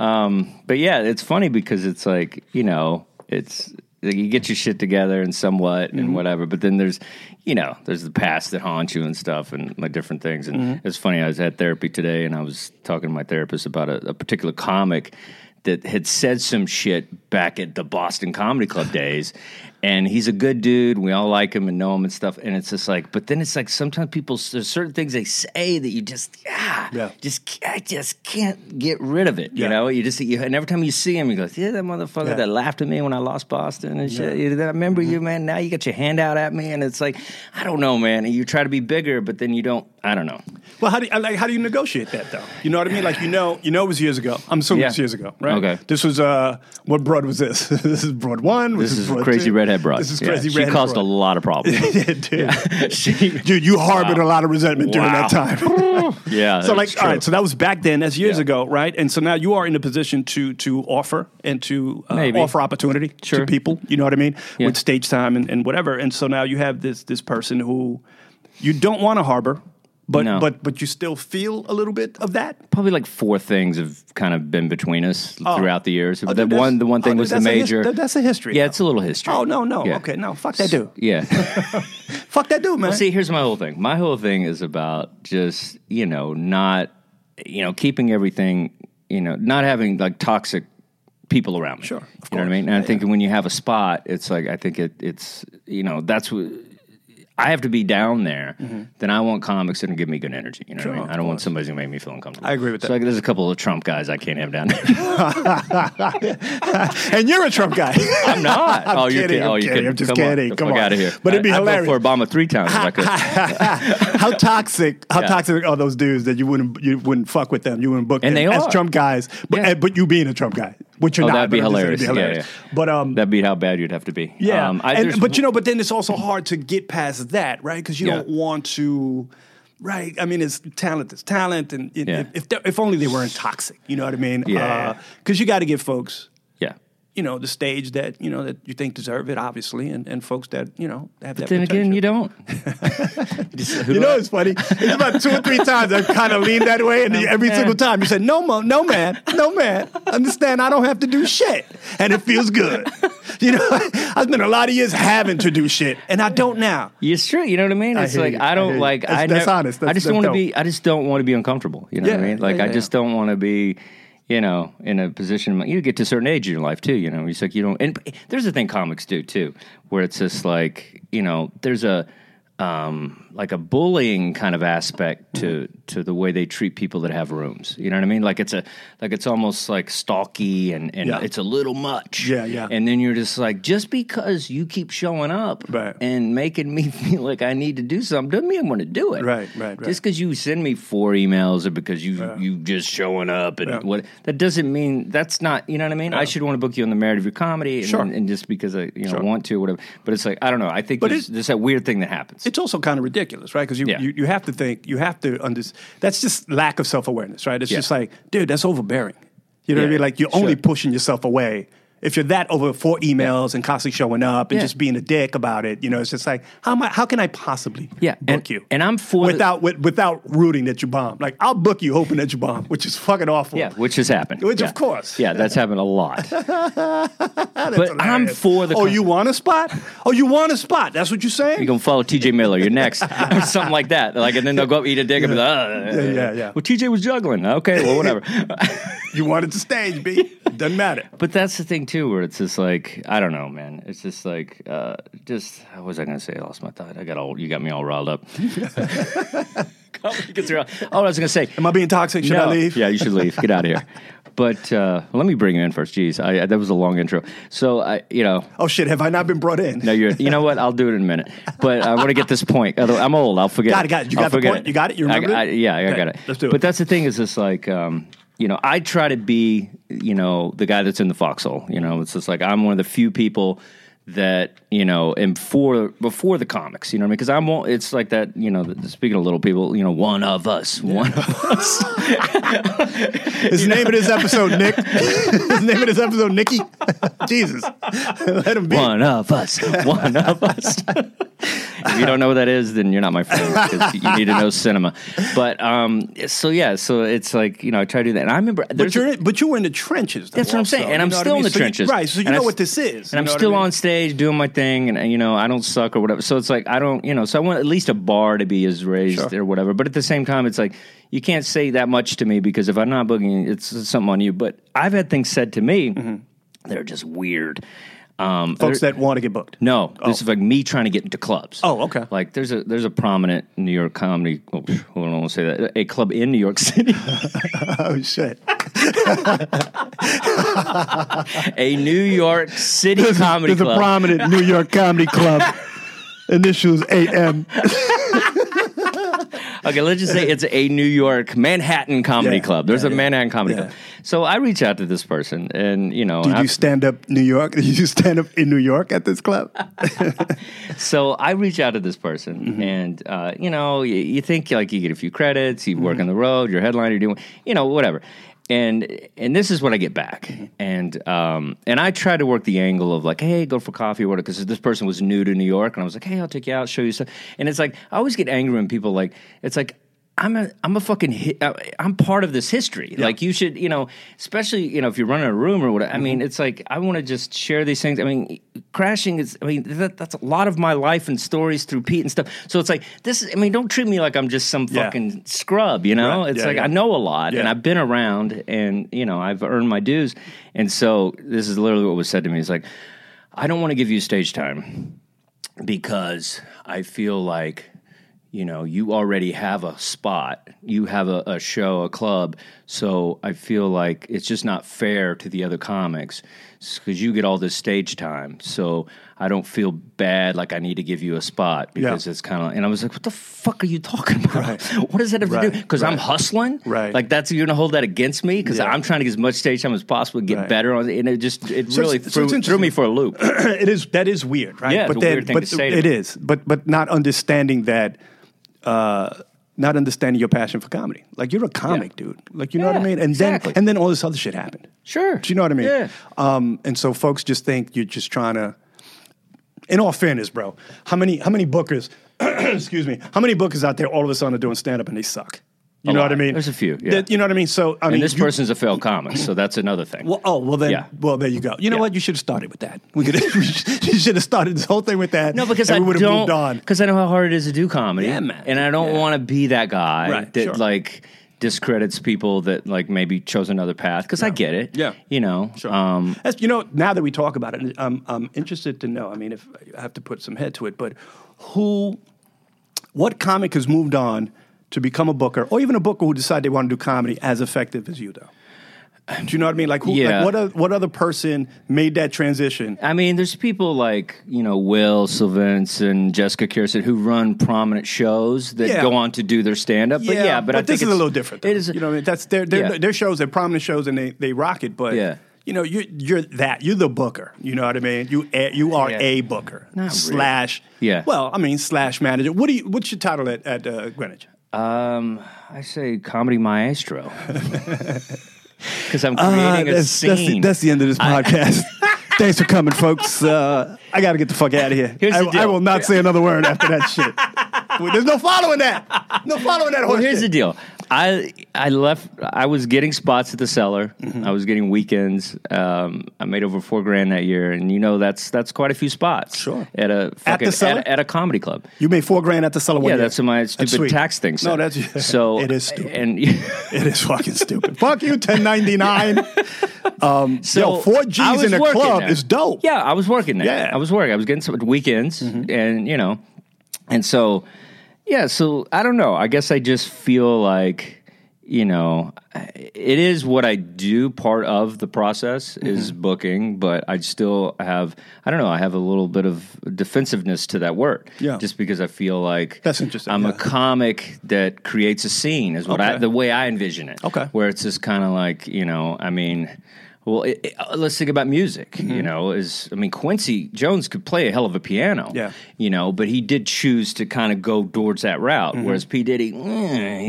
S3: Um, but yeah, it's funny because it's like you know, it's like you get your shit together and somewhat
S4: Mm-hmm.
S3: and whatever. But then there's you know, there's the past that haunts you and stuff and like different things. And
S4: Mm-hmm.
S3: it's funny. I was at therapy today and I was talking to my therapist about a, a particular comic. That had said some shit back at the Boston Comedy Club days, and he's a good dude. We all like him and know him and stuff. And it's just like, but then it's like sometimes people there's certain things they say that you just ah,
S4: Yeah.
S3: just I just can't get rid of it.
S4: Yeah.
S3: You know, you just you, and every time you see him, you go, yeah, that motherfucker
S4: Yeah. Mm-hmm.
S3: that laughed at me when I lost Boston and shit. You- I remember you, man. Now you got your hand out at me, and it's like I don't know, man. And you try to be bigger, but then you don't. I don't know.
S4: Well, how do you, like how do you negotiate that though? You know what I mean? Like you know, you know it was years ago. I'm assuming
S3: Yeah.
S4: it's years ago, right?
S3: Okay.
S4: This was uh, what broad was this? this is broad one.
S3: This is
S4: broad
S3: crazy
S4: two.
S3: redhead broad.
S4: This is
S3: Yeah.
S4: crazy
S3: She
S4: redhead.
S3: caused
S4: broad.
S3: a lot of problems.
S4: yeah, dude.
S3: she,
S4: Dude, you harbored a lot of resentment during
S3: Wow.
S4: that time.
S3: yeah.
S4: so like,
S3: that's
S4: all
S3: Uh, true.
S4: right. So that was back then. That's years
S3: Yeah.
S4: ago, right? And so now you are in a position to to offer and to uh,
S3: Maybe.
S4: offer opportunity to
S3: Sure.
S4: people. You know what I mean?
S3: Yeah.
S4: With stage time and, and whatever. And so now you have this this person who you don't want to harbor. But,
S3: No.
S4: but but you still feel a little bit of that
S3: probably like four things have kind of been between us throughout the years. But the
S4: dude, that's-
S3: one, the one
S4: oh,
S3: thing
S4: dude,
S3: was the
S4: that's a his-
S3: major.
S4: that- that's a history,
S3: Yeah,
S4: though.
S3: it's a little history.
S4: Oh no no
S3: Yeah.
S4: okay no fuck that dude
S3: Yeah.
S4: fuck that dude man
S3: See, here's my whole thing. My whole thing is about just you know not you know keeping everything you know not having like toxic people around me.
S4: Sure, of
S3: you know what I
S4: course.
S3: mean. And I think when you have a spot, it's like I think it, it's you know that's what. I have to be down there,
S4: Mm-hmm.
S3: then I want comics that give me good energy. You know what I mean? I don't want somebody to make me feel uncomfortable.
S4: I agree with
S3: So
S4: that.
S3: like, there's a couple of Trump guys I can't have down there.
S4: and you're a Trump guy
S3: I'm not.
S4: I'm
S3: oh, you're
S4: kidding,
S3: kidding.
S4: I'm
S3: Oh, you're
S4: kidding.
S3: kidding.
S4: I'm just
S3: Come
S4: kidding.
S3: On.
S4: Come on.
S3: out of here.
S4: But it'd be
S3: I,
S4: hilarious.
S3: I voted for Obama three times if I could.
S4: how toxic how
S3: Yeah.
S4: toxic are those dudes that you wouldn't you wouldn't fuck with them you wouldn't book
S3: And
S4: them
S3: they
S4: as
S3: are.
S4: Trump guys but
S3: Yeah.
S4: and- but you being a Trump guy which you're
S3: Oh, that'd
S4: not
S3: be
S4: but I'm just saying it'd
S3: hilarious. Yeah,
S4: but um
S3: That'd be how bad you'd have to be.
S4: Yeah,
S3: Um, I,
S4: and,
S3: there's-
S4: but you know, but then it's also hard to get past that, right? Because you
S3: Yeah.
S4: don't want to, right? I mean, it's talent, it's talent, and it,
S3: Yeah.
S4: if if, they- if only they weren't toxic, you know what I mean?
S3: Yeah.
S4: Because you got to give folks,
S3: yeah.
S4: you know, the stage that you know that you think deserve it, obviously, and, and folks that you know have that.
S3: Then again,
S4: potential.
S3: you don't. Just who
S4: You know,
S3: I-
S4: it's funny. It's about two or three times I've kind of leaned that way, and every single time you said, "No, mo, no, man, no, man." Understand? I don't have to do shit, and it feels good. You know, I've spent a lot of years having to do shit, and I don't now.
S3: It's true. You know what I mean?
S4: I
S3: It's
S4: hear
S3: like
S4: you. I
S3: I
S4: hear
S3: don't
S4: you.
S3: like.
S4: That's-
S3: I
S4: that's
S3: nev-
S4: honest.
S3: I
S4: That's-
S3: just don't
S4: that's
S3: want to
S4: dope.
S3: be. I just don't want to be uncomfortable. You know what I
S4: Yeah,
S3: mean? Like
S4: yeah,
S3: I
S4: yeah.
S3: just don't want to be. You know, in a position you get to a certain age in your life too. You know, it's like you don't. And there's a thing comics do too, where it's just like you know, there's a um like a bullying kind of aspect to to the way they treat people that have rooms. You know what I mean? Like it's a like it's almost like stalky and and
S4: Yeah.
S3: it's a little much.
S4: Yeah, yeah.
S3: And then you're just like, just because you keep showing up
S4: Right.
S3: and making me feel like I need to do something doesn't mean I'm going to do it.
S4: Right, right, right.
S3: Just because you send me four emails or because you you just showing up and what that doesn't mean that's not you know what I mean. I should want to book you on the merit of your comedy, and,
S4: Sure.
S3: and, just because I you know want to or whatever. But it's like I don't know. I think
S4: But
S3: there's,
S4: it-
S3: there's that weird thing that happens.
S4: It's also kind of ridiculous, right? Because you,
S3: Yeah.
S4: you you have to think, you have to understand. That's just lack of self awareness, right? It's
S3: Yeah.
S4: just like, dude, that's overbearing. You know what I
S3: Yeah,
S4: mean? Like you're
S3: sure.
S4: only pushing yourself away. If you're that over four emails and constantly showing up and
S3: Yeah.
S4: just being a dick about it, you know, it's just like, how am I, How can I possibly
S3: Yeah,
S4: book
S3: and-
S4: you?
S3: and I'm for the-
S4: without with, without rooting that you bomb. Like I'll book you hoping that you bomb, which is fucking awful.
S3: yeah, which has happened.
S4: Which, of
S3: Yeah.
S4: course.
S3: Yeah, that's happened a lot. but I'm for the.
S4: Oh,
S3: con-
S4: you want a spot? Oh, you want a spot? That's what you're saying?
S3: You're gonna follow TJ Miller. You're next, or something like that. Like, and then they'll go up eat a dick and be like, "Ah, "Ugh."
S4: Yeah, yeah, yeah.
S3: Well, TJ was juggling. Okay, well, whatever.
S4: you wanted to stage, B. Doesn't matter.
S3: but that's the thing too, where it's just like I don't know, man. It's just like, uh, just what was I gonna say? I lost my thought. I got all you got me all riled up. Comedy gets riled. Oh, I was gonna say.
S4: Am I being toxic? Should I leave?
S3: Yeah, you should leave. Get out of here. But uh, let me bring you in first. Jeez, I, that was a long intro. So I, you know,
S4: Oh shit! Have I not been brought in?
S3: no, you're. You know what? I'll do it in a minute. But I want to get this point. Otherwise, I'm old. I'll forget.
S4: Got it, got it. You
S3: I'll
S4: got the
S3: forget
S4: point? You got it? You
S3: I-
S4: remembered it?
S3: I- yeah, I
S4: Okay,
S3: got it.
S4: let's do it.
S3: But that's the thing is, it's like. Um, you know, I try to be, you know, the guy that's in the foxhole. You know, it's just like I'm one of the few people that you know, and for before the comics, you know, because I mean? 'Cause I'm. all- It's like that. You know, the, speaking of little people, you know, one of us, one of us.
S4: His name of this episode, Nick. His name of this episode, Nikki. Jesus, let him be.
S3: One of us. One of us. if you don't know what that is, then you're not my friend 'cause you need to know cinema. But um, so yeah, so it's like you know, I try to do that, and I remember.
S4: But
S3: there's-
S4: you're in, but you were in the trenches. though,
S3: That's what I'm saying,
S4: also,
S3: and
S4: you
S3: I'm
S4: know what
S3: still
S4: I
S3: in
S4: mean?
S3: the
S4: So you-
S3: trenches,
S4: right? So you
S3: And
S4: know
S3: I
S4: what
S3: s-
S4: this is,
S3: and
S4: you
S3: I'm
S4: know what I
S3: still
S4: mean?
S3: on stage doing my thing, and you know I don't suck or whatever. So it's like I don't, you know, so I want at least a bar to be as raised or whatever. But at the same time, it's like you can't say that much to me because if I'm not boogieing, it's something on you. But I've had things said to me that are just weird. Um,
S4: Mm-hmm. folks
S3: they're-
S4: that want to get booked.
S3: no, this is like me trying to get into clubs.
S4: Oh, okay.
S3: Like there's a there's a prominent New York comedy. Oh, pff, I don't want to say that a club in New York City,
S4: Oh shit!
S3: a New York City comedy
S4: There's
S3: club.
S4: a prominent New York comedy club. Initials AM.
S3: okay, let's just say it's a New York Manhattan comedy
S4: Yeah,
S3: club. There's
S4: yeah,
S3: a
S4: yeah.
S3: Manhattan comedy
S4: Yeah.
S3: club. So I reach out to this person, and you know,
S4: Did
S3: I-
S4: you stand up New York? Did you stand up in New York at this club?
S3: so I reach out to this person, and uh, you know, you, you think like you get a few credits, you work on the road, you're a headliner, you're doing, you know, whatever. And and this is what I get back, and um, and I try to work the angle of like, hey, go for coffee or whatever, because this person was new to New York, and I was like, hey, I'll take you out, show you stuff. And it's like I always get angry when people like, it's like. I'm a I'm a fucking hi- I- I'm part of this history. Like you should, you know, especially you know if you're running a room or whatever. I mean,
S4: Mm-hmm.
S3: it's like I want to just share these things. I mean, crashing is. I mean, that, that's a lot of my life and stories through Pete and stuff. So it's like this. Is, I mean, don't treat me like I'm just some
S4: Yeah.
S3: fucking scrub. You know,
S4: Right.
S3: it's
S4: Yeah,
S3: like
S4: yeah.
S3: I know a lot and
S4: Yeah.
S3: I've been around and you know I've earned my dues. And so this is literally what was said to me. It's like I don't want to give you stage time because I feel like you know you already have a spot, you have a, a show, a club. So I feel like it's just not fair to the other comics because you get all this stage time. So I don't feel bad like I need to give you a spot because it's kind of. And I was like, what the fuck are you talking about? What does that have to do?
S4: Right,
S3: Because I'm
S4: right.
S3: hustling.
S4: Right.
S3: Like that's you're gonna hold that against me because
S4: Yeah.
S3: I'm trying to get as much stage time as possible, get
S4: Right.
S3: better on it. And it just it
S4: So
S3: really
S4: it's- so
S3: threw,
S4: it's
S3: threw me
S4: interesting.
S3: for a loop.
S4: it is that is weird, right?
S3: Yeah, it's
S4: but
S3: a
S4: then,
S3: weird thing
S4: but
S3: to say to
S4: it
S3: me.
S4: is, but but not understanding that, uh, not understanding your passion for comedy. Like you're a comic, dude. Like you know what I
S3: Yeah,
S4: mean. And
S3: exactly.
S4: then and then all this other shit happened.
S3: Sure.
S4: Do you know what I mean?
S3: Yeah.
S4: Um, and so folks just think you're just trying to. In all fairness, bro, how many how many bookers? excuse me. How many bookers out there all of a sudden are doing stand up and they suck? You
S3: A
S4: know
S3: lot.
S4: what I mean?
S3: There's a few, yeah.
S4: That- you know what I mean? So I mean,
S3: And this
S4: you-
S3: person's a failed comic, so that's another thing.
S4: well, oh, well then,
S3: Yeah.
S4: well there you go. You know
S3: Yeah.
S4: what? You should have started with that. We could, you should have started this whole thing with that.
S3: no, because
S4: and
S3: I
S4: we would have
S3: don't.
S4: moved on.
S3: Because I know how hard it is to do comedy,
S4: Yeah, man.
S3: and I don't want to be that guy
S4: Right,
S3: that
S4: sure.
S3: like discredits people that like maybe chose another path. Because I get it.
S4: Yeah.
S3: you know. Sure. Um,
S4: That's, you know, now that we talk about it, I'm, I'm interested to know. I mean, if I have to put some head to it, but who, what comic has moved on to become a booker, or even a booker who decided they want to do comedy as effective as you do? Do you know what I mean? Like, who,
S3: Yeah.
S4: like what, oth- what other person made that transition?
S3: I mean, there's people like you know Will Sylvans and Jessica Kirsten who run prominent shows that
S4: Yeah.
S3: go on to do their stand up. But yeah, but, I
S4: this
S3: think
S4: is a
S3: it's-
S4: little different. Though.
S3: It is.
S4: you know, what I mean? that's their their,
S3: Yeah.
S4: their shows, they're prominent shows, and they they rock it. But
S3: Yeah.
S4: you know, you're you're that you're the booker. You know what I mean? You a, you are
S3: Yeah.
S4: a booker
S3: Not really.
S4: slash
S3: Yeah.
S4: Well, I mean slash manager. What do you what's your title at at uh, Greenwich?
S3: Um, I say comedy maestro because I'm creating a
S4: Ah, Uh, that's,
S3: scene.
S4: that's, the, that's the end of this podcast. Thanks for coming, folks. Uh, I got to get the fuck out of here.
S3: Here's
S4: I,
S3: the deal.
S4: I will not say another word after that shit. There's no following that. No following that.
S3: Well, here's the deal. I I left. I was getting spots at the cellar.
S4: Mm-hmm.
S3: I was getting weekends. Um, I made over four grand that year, and you know that's that's quite a few spots.
S4: Sure.
S3: At a fucking,
S4: Cellar?
S3: at, a- at a comedy club.
S4: You made four grand at the cellar. one
S3: Yeah,
S4: year.
S3: that's what my stupid
S4: sweet.
S3: tax thing.
S4: No,
S3: Said.
S4: that's
S3: so.
S4: It is stupid.
S3: And
S4: It is fucking stupid. Fuck you, 1099. Um, yo, four
S3: I
S4: G's
S3: was
S4: in a
S3: working
S4: club
S3: there.
S4: is dope.
S3: Yeah, I was working there.
S4: Yeah. Mm-hmm.
S3: I was working. I was getting some weekends, and you know, and so yeah. So I don't know. I guess I just feel like you know, it is what I do. Part of the process is
S4: Mm-hmm.
S3: booking, but I still have, I don't know, I have a little bit of defensiveness to that word.
S4: Yeah.
S3: Just because I feel like
S4: That's interesting,
S3: I'm
S4: yeah.
S3: a comic that creates a scene, is what I,
S4: Okay.
S3: the way I envision it.
S4: Okay.
S3: Where it's just kind of like, you know, I mean, well, it, it- uh, let's think about music.
S4: Mm-hmm.
S3: You know, is I mean, Quincy Jones could play a hell of a piano.
S4: Yeah.
S3: You know, but he did choose to kind of go towards that route, whereas P Diddy, eh, he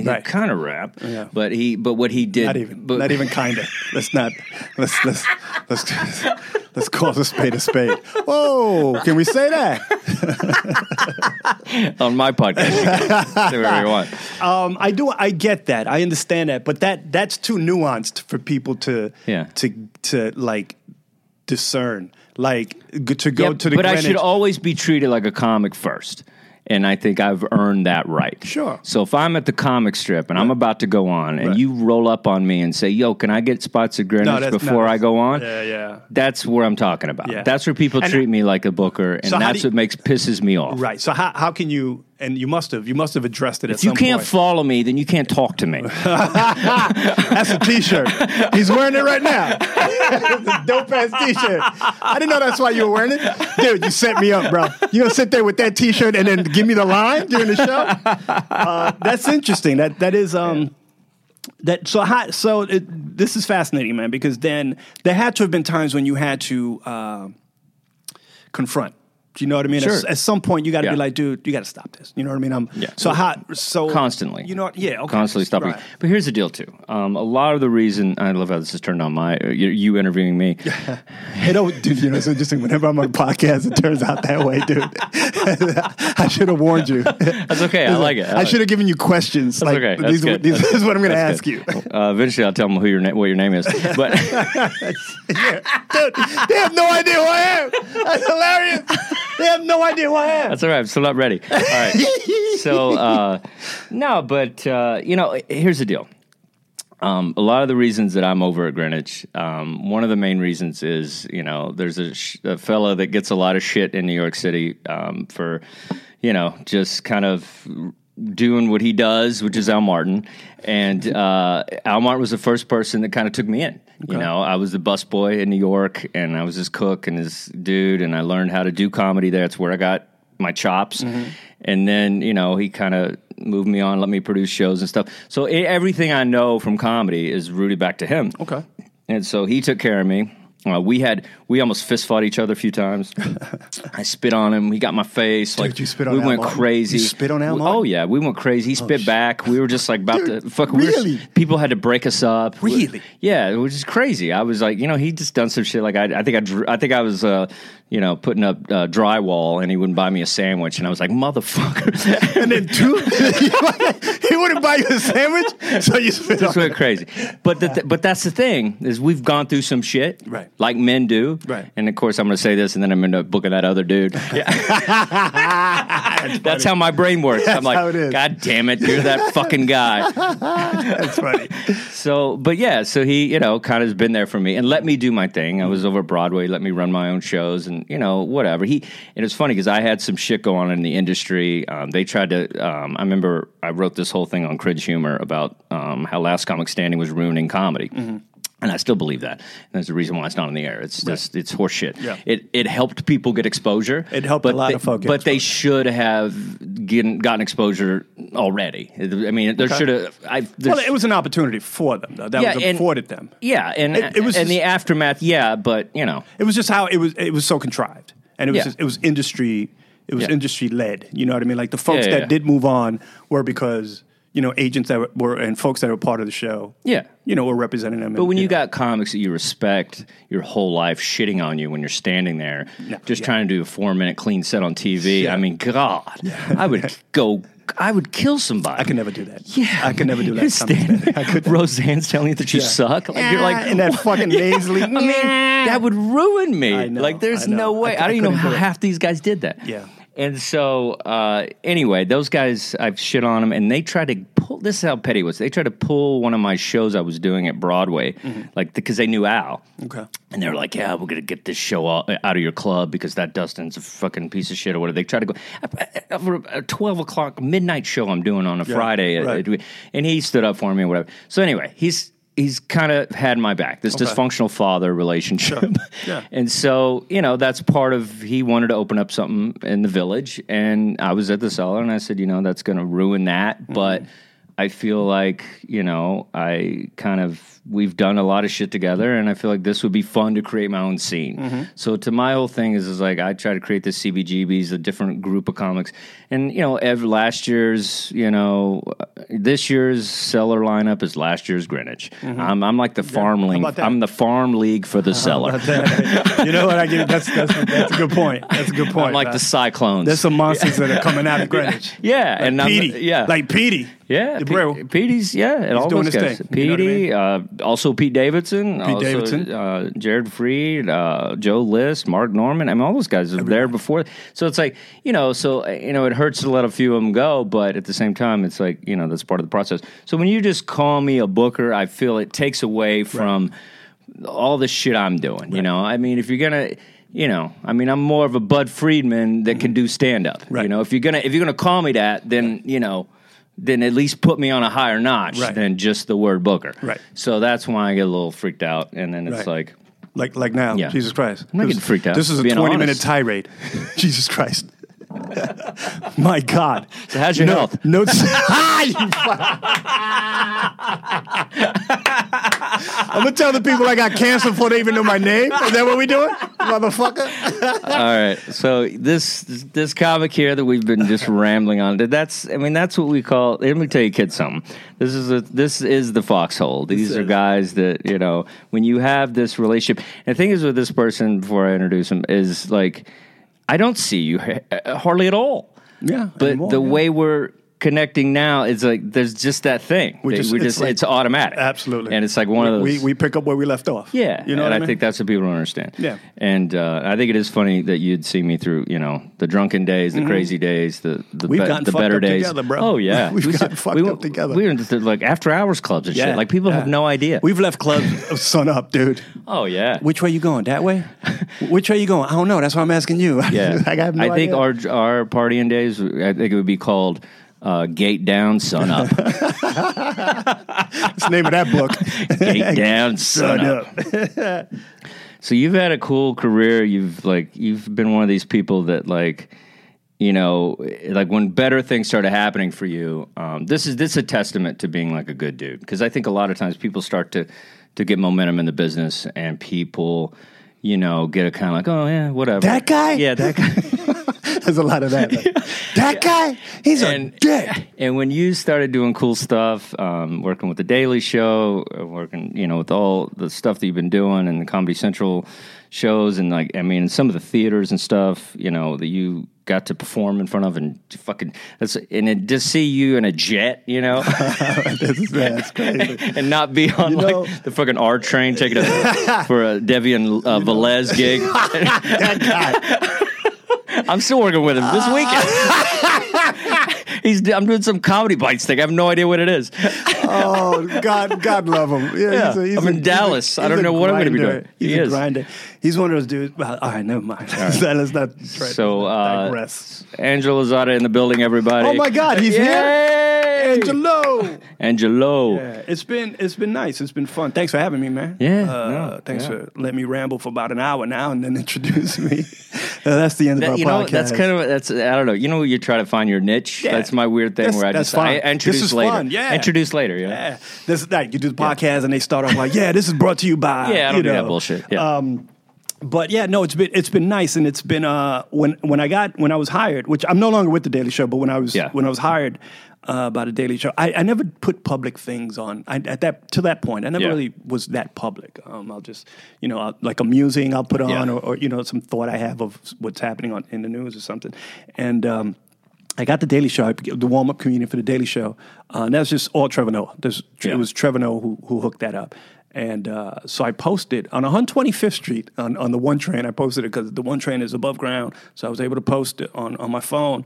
S4: Mm-hmm. Right.
S3: kind of rap, but he, but what he did,
S4: Not even.
S3: but,
S4: not even kinda. Let's not. Let's let's let's let's call a spade a spade. Whoa! Can we say that?
S3: on my podcast, you can do whatever you want.
S4: Um, I do. I get that. I understand that. But that that's too nuanced for people to
S3: Yeah.
S4: to to like discern. Like g- to go
S3: Yeah,
S4: to the.
S3: but I
S4: Greenwich-
S3: should always be treated like a comic first. And I think I've earned that right.
S4: Sure.
S3: So if I'm at the comic strip and I'm about to go on, and you roll up on me and say, "Yo, can I get spots at Greenwich
S4: that's- no,
S3: before
S4: that's-
S3: I go on?"
S4: Yeah, yeah.
S3: That's where I'm talking about.
S4: Yeah.
S3: That's where people
S4: And-
S3: treat me like a booker, and
S4: So how
S3: that's
S4: do you-
S3: what makes pisses me off.
S4: Right. So how how can you? And you must have you must have addressed it at
S3: If you
S4: some
S3: can't
S4: point.
S3: follow me, then you can't talk to me.
S4: That's a T-shirt. He's wearing it right now. It's a dope ass T-shirt. I didn't know that's why you were wearing it, dude. You set me up, bro. You gonna sit there with that T-shirt and then give me the line during the show? Uh, that's interesting. That that is um. That so how, so it, this is fascinating, man. Because then there had to have been times when you had to uh, confront. Do you know what I mean?
S3: Sure.
S4: At, at some point, you got to
S3: Yeah.
S4: be like, dude, you got to stop this. You know what I mean? I'm
S3: Yeah.
S4: so how so
S3: constantly.
S4: You know, what- yeah, okay.
S3: constantly stopping.
S4: Right.
S3: But here's the deal, too. Um, a lot of the reason I love how this has turned on my you, you interviewing me.
S4: It always, dude, you know, it's interesting. Whenever I'm on podcasts, it turns out that way, dude. I should have warned you.
S3: That's okay. I like it.
S4: I
S3: like it.
S4: should have given you questions. like,
S3: okay. That's
S4: these,
S3: good.
S4: these-
S3: That's
S4: this is what I'm going to
S3: That's
S4: ask
S3: good.
S4: you.
S3: Uh, eventually, I'll tell them who your na- what your name is. But
S4: Dude, they have no idea who I am. That's hilarious. They have no idea who I am.
S3: that's all right. I'm still not ready. All right. So uh, no, but uh, you know, here's the deal. Um, a lot of the reasons that I'm over at Greenwich, um, one of the main reasons is you know there's a, sh- a fella that gets a lot of shit in New York City um, for you know just kind of doing what he does, which is Al Martin, and uh, Al Martin was the first person that kind of took me in. You know, I was the busboy in New York, and I was his cook and his dude, and I learned how to do comedy there. It's where I got my chops.
S4: Mm-hmm.
S3: And then, you know, he kind of moved me on, let me produce shows and stuff. So e- everything I know from comedy is rooted back to him.
S4: Okay.
S3: And so he took care of me. Uh, we had we almost fist fought each other a few times. I spit on him. He got my face. like
S4: you spit on
S3: we
S4: Al
S3: went
S4: Martin?
S3: crazy.
S4: You spit on Al
S3: We-
S4: Martin?
S3: Oh yeah, we went crazy. He spit back. We were just like about to
S4: Dude,
S3: fuck. We were,
S4: really?
S3: people had to break us up. We-
S4: Really?
S3: yeah, it was just crazy. I was like, you know, he just done some shit. Like I, I think I, dr- I think I was, uh, you know, putting up uh, drywall, and he wouldn't buy me a sandwich, and I was like, motherfucker,
S4: And then two, he wouldn't buy you a sandwich, so you spit
S3: just
S4: on
S3: went crazy. But the th- but that's the thing is we've gone through some shit,
S4: Right.
S3: Like men do,
S4: Right.
S3: And of course, I'm going to say this, and then I'm going to end up booking that other dude. that's how my brain works. I'm like,
S4: how it is.
S3: God damn it, you're that fucking guy.
S4: That's funny.
S3: So, but yeah, so he, you know, kind of has been there for me and let me do my thing. I was
S4: Mm-hmm.
S3: over at Broadway, let me run my own shows and, you know, whatever. He, and it's funny because I had some shit go on in the industry. Um, they tried to, um, I remember I wrote this whole thing on cringe humor about um, how Last Comic Standing was ruining comedy.
S4: Mm-hmm.
S3: And I still believe that. And there's a reason why it's not on the air. It's just, it's horseshit.
S4: Yeah.
S3: It, it helped people get exposure.
S4: It helped a
S3: but
S4: lot
S3: they-
S4: of folk get
S3: But they should have get, gotten exposure already. I mean, there should have, I, there
S4: Well, it was an opportunity for them, though. That was
S3: and-
S4: afforded them.
S3: Yeah, and
S4: It- it was
S3: and the
S4: just-
S3: aftermath. Yeah, but you know,
S4: It was just how it was. It was so contrived, and it was
S3: Yeah.
S4: just, it was industry. It was
S3: Yeah.
S4: industry led. You know what I mean? Like the folks
S3: Yeah, yeah,
S4: that
S3: yeah.
S4: did move on were because you know agents that were, were and folks that were part of the show.
S3: Yeah.
S4: you know, were representing them.
S3: but when you, got comics that you respect your whole life shitting on you when you're standing there, just trying to do a four minute clean set on TV. I mean, God, I would go. I would kill somebody.
S4: I could never do that.
S3: Yeah,
S4: I could never do
S3: You're
S4: that.
S3: standing there, Roseanne's telling you that you suck. Like you're like,
S4: in that fucking nasally.
S3: I mean, that would ruin me.
S4: know,
S3: like, there's
S4: I know.
S3: no way.
S4: I c-
S3: I, don't
S4: I
S3: even know
S4: couldn't
S3: how
S4: do it.
S3: half these guys did that.
S4: Yeah.
S3: And so, uh, anyway, those guys, I've shit on them, and they tried to pull. This is how petty it was. They tried to pull one of my shows I was doing at Broadway,
S4: Mm-hmm.
S3: like because they knew Al,
S4: Okay.
S3: and they were like, "Yeah, we're gonna get this show out, out of your club because that Dustin's a fucking piece of shit or whatever." They tried to go for a twelve o'clock midnight show I'm doing on a Friday,
S4: right.
S3: uh, and he stood up for me and whatever. So anyway, he's he's kind of had my back. This dysfunctional father relationship.
S4: Yeah.
S3: And so, you know, that's part of he wanted to open up something in the village and I was at the cellar and I said, you know, that's going to ruin that,
S4: Mm-hmm.
S3: but I feel like, you know, I kind of we've done a lot of shit together and I feel like this would be fun to create my own scene.
S4: Mm-hmm.
S3: So to my whole thing is is like I try to create this CBGBs, a different group of comics. And you know, every last year's, you know, uh, this year's cellar lineup is last year's Greenwich. I'm I'm like the farm league.
S4: Mm-hmm. about that?
S3: I'm the farm league for
S4: Uh-huh.
S3: the cellar.
S4: you know what? I get it. That's, that's, that's a good point. That's a good point.
S3: I'm like the
S4: man.
S3: cyclones.
S4: There's some monsters that are coming out of Greenwich.
S3: yeah, and I'm,
S4: Petey.
S3: yeah,
S4: Like Petey.
S3: yeah,
S4: The
S3: Pe-
S4: Brew.
S3: Petey's yeah, and all
S4: doing
S3: those
S4: his
S3: guys.
S4: thing, you know what I
S3: Petey, uh, also Pete Davidson, also,
S4: Davidson.
S3: uh, Jared Freed, uh, Joe List, Mark Norman. I mean, all those guys were there before. So it's like you know, so uh, you know, it hurts to let a few of them go, but at the same time, it's like you know, that's part of the process. So when you just call me a booker, I feel it takes away from all the shit I'm doing. You know, I mean, if you're gonna, you know, I mean, I'm more of a Bud Friedman that can do stand up.
S4: Right.
S3: You know, if you're gonna if you're gonna call me that, then you know, then at least put me on a higher notch
S4: Right.
S3: than just the word Booker.
S4: Right.
S3: So that's why I get a little freaked out, and then it's
S4: Right.
S3: like,
S4: Like like now.
S3: Yeah.
S4: Jesus Christ.
S3: I'm not
S4: This-
S3: getting freaked out,
S4: This is a
S3: being
S4: 20 minute
S3: honest.
S4: tirade. Jesus Christ. My God.
S3: so how's your
S4: no,
S3: health?
S4: No. Ah, you fuck. I'm gonna tell the people I got cancer before they even know my name. Is that what we doing, motherfucker?
S3: All right. So this this comic here that we've been just rambling on. That's I mean that's what we call. Let me tell you kids something. This is a this is the foxhole. These are guys that you know when you have this relationship. And the thing is with this person before I introduce him is like I don't see you ha- hardly at all.
S4: Yeah,
S3: But
S4: anymore,
S3: the
S4: yeah.
S3: way we're connecting now is like there's just that thing. We're
S4: just-
S3: just, we're
S4: it's
S3: just it's,
S4: like-
S3: automatic.
S4: Absolutely.
S3: And it's like one of those
S4: We we pick up where we left off.
S3: yeah,
S4: You
S3: and
S4: know what
S3: I,
S4: I mean?
S3: think that's what people don't understand.
S4: Yeah.
S3: and uh, I think it is funny that you'd see me through, you know, the drunken days, the crazy days, the the,
S4: Mm-hmm. We've
S3: be-
S4: gotten
S3: the
S4: fucked
S3: better
S4: up
S3: days.
S4: together, bro.
S3: Oh yeah,
S4: We've
S3: We-
S4: gotten fucked
S3: we
S4: up
S3: went-
S4: together.
S3: We were into, like after hours clubs and
S4: Yeah,
S3: shit. Like people have
S4: yeah.
S3: no idea.
S4: We've left clubs sun up, dude.
S3: oh yeah,
S4: Which way you going? That way? Which way you going? I don't know. That's why I'm asking you.
S3: yeah.
S4: I got no idea.
S3: think our our partying days. I think it would be called. Uh, gate down, sun up.
S4: That's the name of that book.
S3: Gate down, sun, up. So you've had a cool career. You've like you've been one of these people that like you know like when better things started happening for you. Um, this is this is a testament to being like a good dude because I think a lot of times people start to to get momentum in the business and people you know get a kind of like oh yeah whatever
S4: That guy?
S3: yeah that guy
S4: There's a lot of that. That guy, he's a
S3: And-
S4: dick.
S3: And when you started doing cool stuff, um, working with the Daily Show, uh, working you know with all the stuff that you've been doing and the Comedy Central shows, and like I mean, and some of the theaters and stuff, you know that you got to perform in front of, and to fucking that's and then just see you in a jet, you know,
S4: That's, that's crazy.
S3: and not be on
S4: You know-
S3: like the fucking R train taking a, for a Devian uh, Velez gig.
S4: That guy. Uh.
S3: I'm still working with him this weekend. He's, I'm doing some comedy bites thing. I have no idea what it is.
S4: Oh, God, God love him. Yeah,
S3: Yeah. I'm in Dallas. I don't know what I'm gonna be
S4: grinder.
S3: doing.
S4: He's
S3: He
S4: a
S3: is.
S4: grinder. He's one of those dudes. Well, all right, never mind. Let's not try
S3: So, uh,
S4: digress.
S3: Angelo Zada in the building, everybody.
S4: Oh, my God, he's
S3: Yay!
S4: Angelo.
S3: Angelo.
S4: Yeah, it's been it's been nice. It's been fun. Thanks for having me, man.
S3: Yeah,
S4: Uh,
S3: no,
S4: thanks
S3: yeah.
S4: for letting me ramble for about an hour now and then introduce me. Uh, that's the end of
S3: That-
S4: our
S3: you know,
S4: podcast.
S3: that's kind of that's I don't know. You know, you try to find your niche.
S4: Yeah.
S3: That's my weird thing
S4: That's-
S3: where I
S4: that's
S3: just I
S4: fine. This
S3: introduce
S4: is
S3: later.
S4: fun, yeah.
S3: introduce later. Yeah.
S4: yeah. This is like you do the podcast and they start off like, yeah, this is brought to you by.
S3: Yeah, I don't
S4: you
S3: do
S4: know.
S3: that bullshit. Yeah.
S4: Um, but yeah, no, it's been it's been nice, and it's been uh, when when I got when I was hired, which I'm no longer with the Daily Show, but when I was
S3: Yeah.
S4: when I was hired uh, by the Daily Show, I, I never put public things on. I, at that to that point, I never
S3: Yeah.
S4: really was that public. Um, I'll just you know I'll, like a musing I'll put on,
S3: Yeah.
S4: or, or you know some thought I have of what's happening on in the news or something, and. Um, I got the Daily Show, I became the warm up comedian for the Daily Show, uh, and that was just all Trevor Noah. There's,
S3: Yeah.
S4: It was Trevor Noah who, who hooked that up, And uh, so I posted on 125th Street on, on the one train. I posted it because the one train is above ground. So I was able to post it on, on my phone.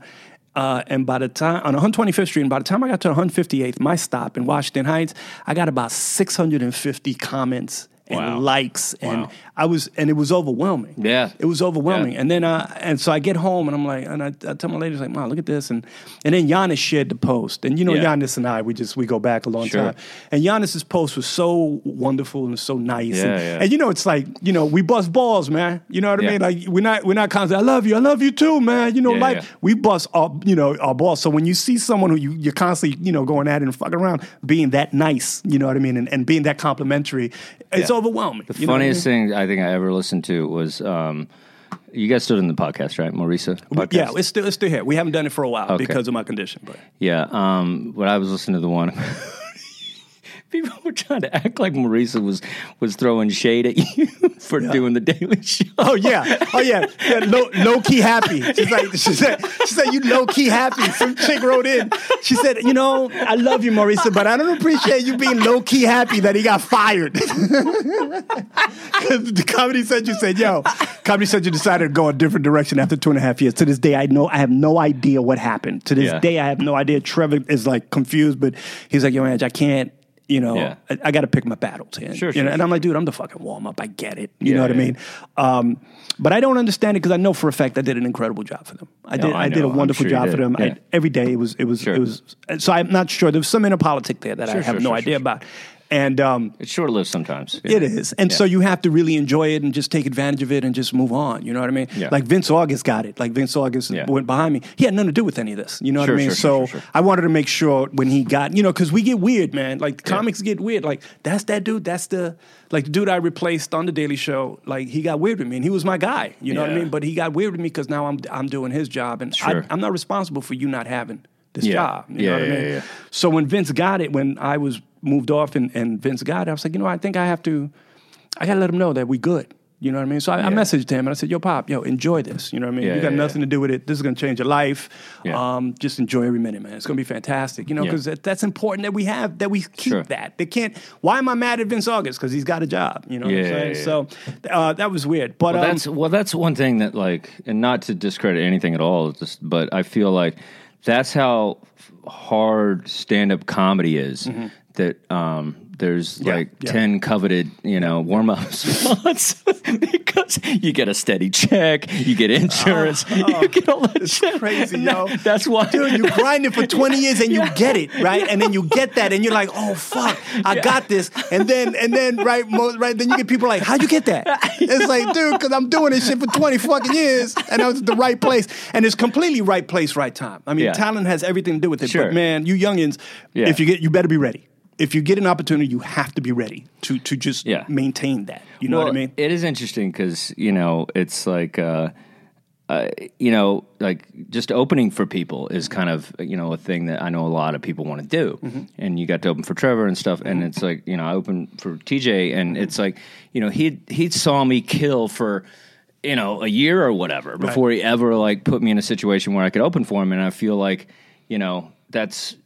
S4: Uh, and by the time, on 125th Street, and by the time I got to 158th, my stop in Washington Heights, I got about 650 comments and
S3: Wow.
S4: likes. And
S3: Wow.
S4: I was, and it was overwhelming.
S3: Yeah.
S4: It was overwhelming.
S3: Yeah.
S4: And then, uh, and so I get home and I'm like, and I, I tell my ladies, like, Mom, look at this. And, and then Giannis shared the post. And you know,
S3: Yeah.
S4: Giannis and I, we just, we go back a long
S3: Sure.
S4: time. And Giannis's post was so wonderful and so nice.
S3: Yeah,
S4: and,
S3: yeah.
S4: and you know, it's like, you know, we bust balls, man. You know what I
S3: Yeah.
S4: mean? Like we're not we're not constantly, I love you, I love you too, man. You know,
S3: Yeah,
S4: like
S3: yeah.
S4: we bust our you know, our balls. So when you see someone who you, you're constantly, you know, going at it and fucking around, being that nice, you know what I mean, and, and being that complimentary, it's
S3: Yeah.
S4: overwhelming.
S3: The
S4: you know what I
S3: funniest
S4: mean?
S3: thing I think I ever listened to was um, you guys still in the podcast, right, Marisa? Podcast?
S4: Yeah, it's still it's still here. We haven't done it for a while
S3: Okay.
S4: because of my condition, but
S3: yeah. Um, but I was listening to the one. People were trying to act like Marisa was was throwing shade at you for doing the Daily Show.
S4: Oh yeah, oh yeah, yeah low, low key happy. She's like, she said, she said, you low key happy. Some chick wrote in. She said, you know, I love you, Marisa, but I don't appreciate you being low key happy that he got fired. 'Cause the comedy central said, yo, comedy central decided to go a different direction after two and a half years. To this day, I know I have no idea what happened. To this
S3: Yeah.
S4: day, I have no idea. Trevor is like confused, but he's like, yo, Ange, I can't. You know,
S3: Yeah.
S4: I, I got to pick my battles here.
S3: Sure,
S4: you
S3: sure,
S4: know? And
S3: sure.
S4: I'm like, dude, I'm the fucking warm up. I get it. You
S3: Yeah,
S4: know what I
S3: yeah.
S4: mean? Um, but I don't understand it because I know for a fact I did an incredible job for them. I did.
S3: I
S4: I, did
S3: know.
S4: a
S3: I'm
S4: wonderful
S3: sure you
S4: job for
S3: did.
S4: them.
S3: Yeah.
S4: I, every day it was. It was.
S3: Sure.
S4: It was. So I'm not sure. There was some inner politic there that I have
S3: sure,
S4: no
S3: sure,
S4: idea
S3: sure.
S4: about. And um,
S3: It's short lived sometimes.
S4: it is. And so you have to really enjoy it and just take advantage of it and just move on. You know what I mean?
S3: Yeah.
S4: Like Vince August got it. Like Vince August
S3: Yeah.
S4: went behind me. He had nothing to do with any of this. You know
S3: Sure,
S4: what I mean?
S3: sure, sure,
S4: so
S3: sure, sure.
S4: I wanted to make sure when he got, you know, because we get weird, man. Like comics get weird. Like that's that dude. That's the like the dude I replaced on the Daily Show. Like he got weird with me, and he was my guy. You know what I
S3: Yeah.
S4: mean? But he got weird with me because now I'm I'm doing his job, and
S3: Sure.
S4: I, I'm not responsible for you not having this
S3: Yeah.
S4: job. You
S3: Yeah,
S4: know what
S3: yeah,
S4: I mean?
S3: yeah.
S4: So when Vince got it, when I was moved off and, and Vince got it, I was like, you know, I think I have to, I gotta let him know that we good. You know what I mean? So I, I messaged him and I said, yo, Pop, yo, enjoy this. You know what I mean?
S3: Yeah,
S4: you got
S3: yeah,
S4: nothing to do with it. This is gonna change your life.
S3: Yeah.
S4: Um, just enjoy every minute, man. It's gonna be fantastic. You know,
S3: Yeah.
S4: because that, that's important that we have, that we keep
S3: Sure.
S4: that. They can't, why am I mad at Vince August? Because he's got a job. You know what
S3: Yeah,
S4: I'm saying?
S3: yeah,
S4: So uh, that was weird. But
S3: Well,
S4: um,
S3: that's well, that's one thing that like, and not to discredit anything at all, it's just, but I feel like that's how f- hard stand-up comedy is. That um, there's like
S4: Mm-hmm. yeah.
S3: ten coveted, you know, warm-up spots because you get a steady check, you get insurance, you get all that shit.
S4: Oh. crazy,
S3: And that-
S4: yo.
S3: That's why
S4: Dude, you grind it for 20 years and you get it, right? And then you get that and you're like, oh fuck, I got this. And then and then right mo- right then you get people like, how'd you get that? It's like, dude, because I'm doing this shit for 20 fucking years and I was at the right place. And it's completely right place, right time. I mean,
S3: Yeah.
S4: talent has everything to do with it.
S3: Sure.
S4: But man, you youngins,
S3: Yeah.
S4: if you get you better be ready. If you get an opportunity, you have to be ready to to just
S3: Yeah.
S4: maintain that. You know what I
S3: Well,
S4: mean?
S3: It is interesting because you know it's like. Uh, uh, you know, like just opening for people is kind of you know a thing that I know a lot of people want to do,
S4: Mm-hmm.
S3: and you got to open for Trevor and stuff, and it's like you know I opened for TJ, and it's like you know he he saw me kill for you know a year or whatever before he ever like put me in a situation where I could open for him, and I feel like you know that's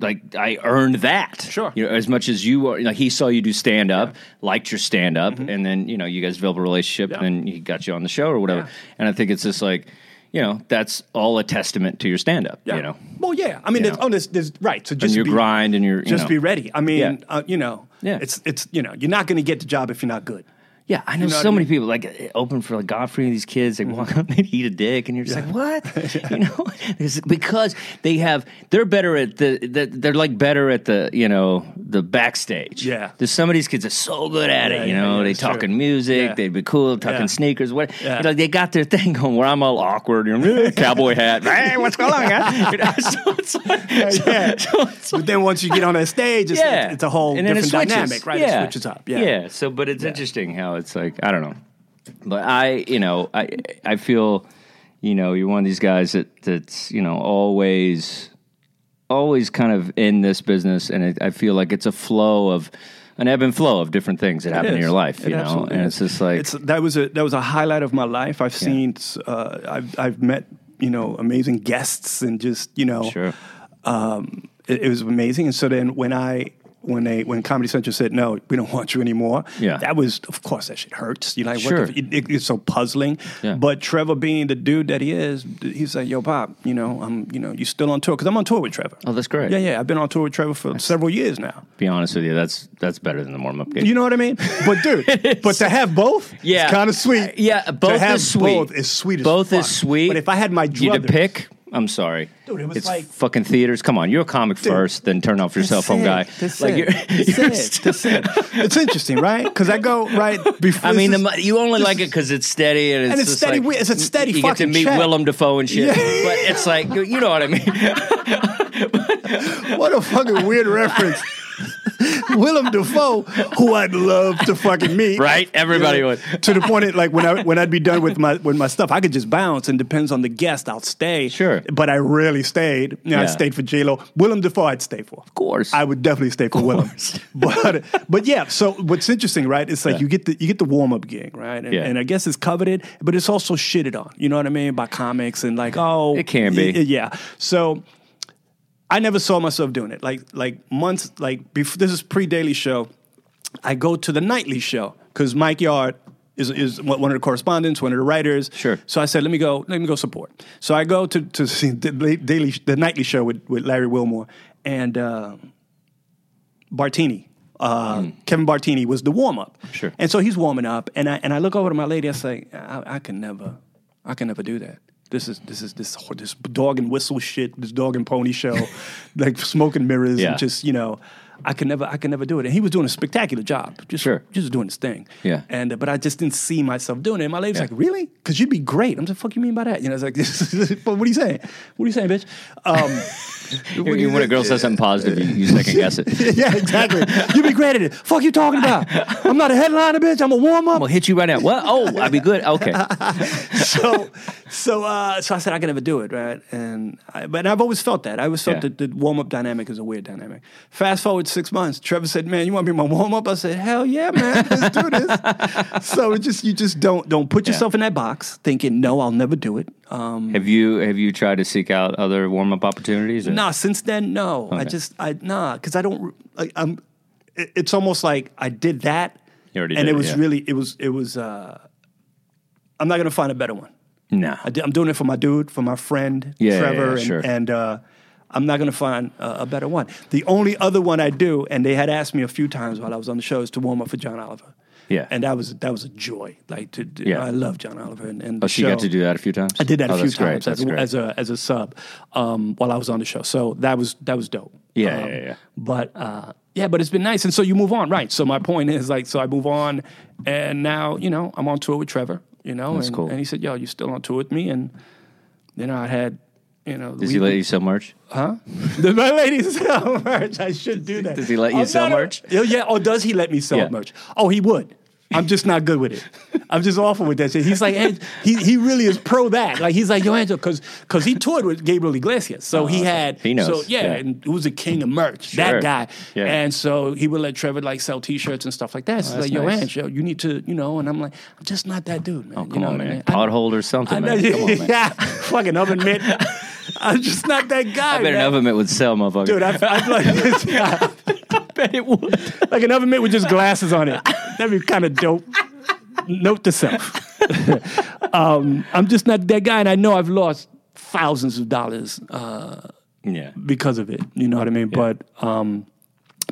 S3: like I earned that.
S4: Sure.
S3: You know, as much as you are, like he saw you do stand up, liked your stand up, and then you know you guys developed a relationship, and then he got you on the show or whatever. And I think it's just like, you know, that's all a testament to your stand up. You know,
S4: Well, yeah. I mean,
S3: You
S4: there's,
S3: know.
S4: oh, there's, there's right. So
S3: and
S4: just
S3: your
S4: be,
S3: grind and your you
S4: just
S3: know.
S4: be ready. I mean,
S3: Yeah.
S4: uh, you know,
S3: Yeah.
S4: it's it's you know, you're not going to get the job if you're not good.
S3: Yeah, I know,
S4: know what
S3: so
S4: I Mm-hmm.
S3: many people like uh, open for like Godfrey and these kids. They walk up, they eat a dick, and you're just like, what? You know, It's because they have they're better at the, the they're like better at the you know the backstage.
S4: Yeah.
S3: There's some of these kids are so good at
S4: Yeah,
S3: it. You
S4: yeah,
S3: know,
S4: yeah,
S3: they
S4: it's true.
S3: talking music,
S4: Yeah.
S3: they'd be cool talking
S4: Yeah.
S3: sneakers. What?
S4: Yeah.
S3: Like they got their thing going. Where I'm all awkward, you know, cowboy hat. Hey, what's going on? guys? You know, so it's like, so-
S4: yeah.
S3: so it's
S4: But then once you get on that stage, it's,
S3: yeah,
S4: it's, it's a whole
S3: And then it
S4: different
S3: switches.
S4: dynamic, right?
S3: Yeah.
S4: It switches up. Yeah.
S3: So, but it's interesting how it's like I don't know, but I, you know, I I feel, you know, you're one of these guys that that's you know always, always kind of in this business, and it, I feel like it's a flow of. An ebb and flow of different things that happen in
S4: is.
S3: your life,
S4: It
S3: you know,
S4: absolutely
S3: and
S4: is.
S3: it's just like
S4: it's that was a that was a highlight of my life. I've seen uh, I've I've met you know amazing guests and just you know
S3: Sure.
S4: um, it, it was amazing. And so then when I when they when Comedy Central said no, we don't want you anymore.
S3: Yeah.
S4: that was of course that shit hurts. You know, like,
S3: Sure.
S4: what the, f- it, it's so puzzling.
S3: Yeah.
S4: But Trevor, being the dude that he is, th- he's like, yo, Pop, you know, I'm you know, you still on tour because I'm on tour with Trevor.
S3: Oh, that's great.
S4: Yeah, yeah, I've been on tour with Trevor for several years now.
S3: Be honest with you, that's that's better than the warm up game.
S4: You know what I mean? But dude, but to have both,
S3: Yeah. Uh,
S4: it's kind of sweet.
S3: yeah,
S4: to
S3: both
S4: have
S3: is sweet.
S4: Both is sweet. As
S3: both is
S4: fuck.
S3: sweet.
S4: But if I had my
S3: you to
S4: druthers-
S3: pick, I'm sorry,
S4: Dude, it was
S3: it's
S4: like-
S3: fucking theaters. Come on, you're a comic first, then turn off your cell phone guy.
S4: That's
S3: like
S4: it.
S3: you're,
S4: That's
S3: you're
S4: it.
S3: still-
S4: That's it. It's interesting, right? Because I go right before.
S3: I mean,
S4: this is-
S3: the, mo- you only like it because it's steady and it's,
S4: And it's
S3: just
S4: steady
S3: like-
S4: wi- it's a steady
S3: You get to
S4: fucking
S3: meet
S4: check.
S3: Willem Dafoe and shit,
S4: Yeah.
S3: but it's like you you know what I mean.
S4: what a fucking weird reference. Willem Dafoe, who I'd love to fucking meet,
S3: Right? Everybody
S4: You know,
S3: would.
S4: To the point, that, like when I when I'd be done with my with my stuff, I could just bounce, and depends on the guest, I'll stay.
S3: Sure.
S4: but I rarely stayed. You know, I
S3: Yeah.
S4: stayed for J Lo. Willem Dafoe, I'd stay for. Of
S3: course.
S4: I would definitely stay for Willem. But but yeah. So what's interesting, right? It's like you get the you get the warm up gig, right? And,
S3: Yeah.
S4: and I guess it's coveted, but it's also shitted on. You know what I mean? By comics and like, oh,
S3: It can be.
S4: y- yeah. So I never saw myself doing it. Like like months like before this is pre Daily Show. I go to the nightly show because Mike Yard is is one one of the correspondents, one of the writers.
S3: Sure.
S4: So I said, let me go, let me go support. So I go to to see the la- daily the nightly show with with Larry Wilmore and uh, Bartini. Uh, Kevin Bartini was the warm up.
S3: Sure.
S4: And so he's warming up, and I and I look over to my lady. I say, I, I can never, I can never do that. This is this is this whole- this dog and whistle shit, this dog and pony show, like smoke and mirrors,
S3: Yeah.
S4: and just you know, I can never, I can never do it. And he was doing a spectacular job, just
S3: Sure.
S4: just doing his thing.
S3: Yeah.
S4: And uh, but I just didn't see myself doing it. And my lady's
S3: Yeah.
S4: like, really? Because you'd be great. I'm like, fuck you mean by that? You know, it's like, but what are you saying? What are you saying, bitch? Um, what do
S3: when a girl says something positive, you, you second guess it.
S4: yeah, exactly. You'd be great at it. Fuck you talking about. I'm not a headliner, bitch. I'm a warm up.
S3: I'll hit you right now. What? Oh, I'd be good. Okay.
S4: so, so, uh, so I said I can never do it, right? And I, but I've always felt that. I always felt
S3: Yeah.
S4: that the warm up dynamic is a weird dynamic. Fast forward six months, Trevor said, "Man, you want to be my warm up?" I said, "Hell yeah, man, let's do this." so it just you just don't don't put yourself in that box thinking, "No, I'll never do it." Um,
S3: Have you have you tried to seek out other warm up opportunities? or-
S4: nah, since then, no. I
S3: Okay.
S4: just I nah, because I don't. I, I'm. It, it's almost like I did that,
S3: You already
S4: and
S3: did
S4: it
S3: it,
S4: was
S3: yeah.
S4: really it was it was. uh I'm not gonna find a better one.
S3: Nah.
S4: I did, I'm doing it for my dude, for my friend
S3: Yeah,
S4: Trevor,
S3: yeah,
S4: and,
S3: sure.
S4: and uh, I'm not going to find a, a better one. The only other one I do, and they had asked me a few times while I was on the show, is to warm up for John Oliver.
S3: Yeah.
S4: and that was that was a joy. Like, to, to-
S3: Yeah.
S4: I love John Oliver, and, and
S3: Oh,
S4: the
S3: she
S4: show.
S3: got to do that a few times.
S4: I did that
S3: oh,
S4: a few
S3: that's great.
S4: times as,
S3: That's
S4: a,
S3: great.
S4: as a as a sub um, while I was on the show. So that was that was dope.
S3: Yeah,
S4: Um,
S3: yeah, yeah.
S4: But uh, yeah, but it's been nice, and so you move on, right? So my point is like, so I move on, and now you know I'm on tour with Trevor. You know, and,
S3: cool.
S4: and he said, "Yo, you still on tour with me?" And then I had. You know,
S3: Does he let you sell merch?
S4: Oh, my lady sell merch. I should do that.
S3: Does he let you
S4: I'm
S3: sell
S4: not a-
S3: merch?
S4: Yeah, yeah. Or does he let me sell
S3: Yeah.
S4: merch? Oh, he would. I'm just not good with it. I'm just awful with that shit. He's like, Ang- he he really is pro that. Like he's like, yo, Angel, because because he toured with Gabriel Iglesias, so he had
S3: Oh, He knows,
S4: So yeah,
S3: yeah.
S4: and who was the king of merch?
S3: Sure.
S4: That guy.
S3: Yeah. Oh,
S4: And so he would let Trevor like sell T-shirts and stuff like that. So he's
S3: that's
S4: like, yo,
S3: nice.
S4: Angel, you need to, you know. And I'm like, I'm just not that dude, man. Oh,
S3: Come on, man. Pot holder or something,
S4: I know,
S3: man. Come on, man.
S4: yeah, fucking oven mitt. I'm just not that guy.
S3: I bet an
S4: man.
S3: oven mitt would sell, motherfucker.
S4: Dude, I'd, I'd like this guy.
S3: bet it would.
S4: Like an oven mitt with just glasses on it. That'd be kind of dope. Note to self. um, I'm just not that guy, and I know I've lost thousands of dollars uh,
S3: Yeah.
S4: because of it. You know what I mean? But um,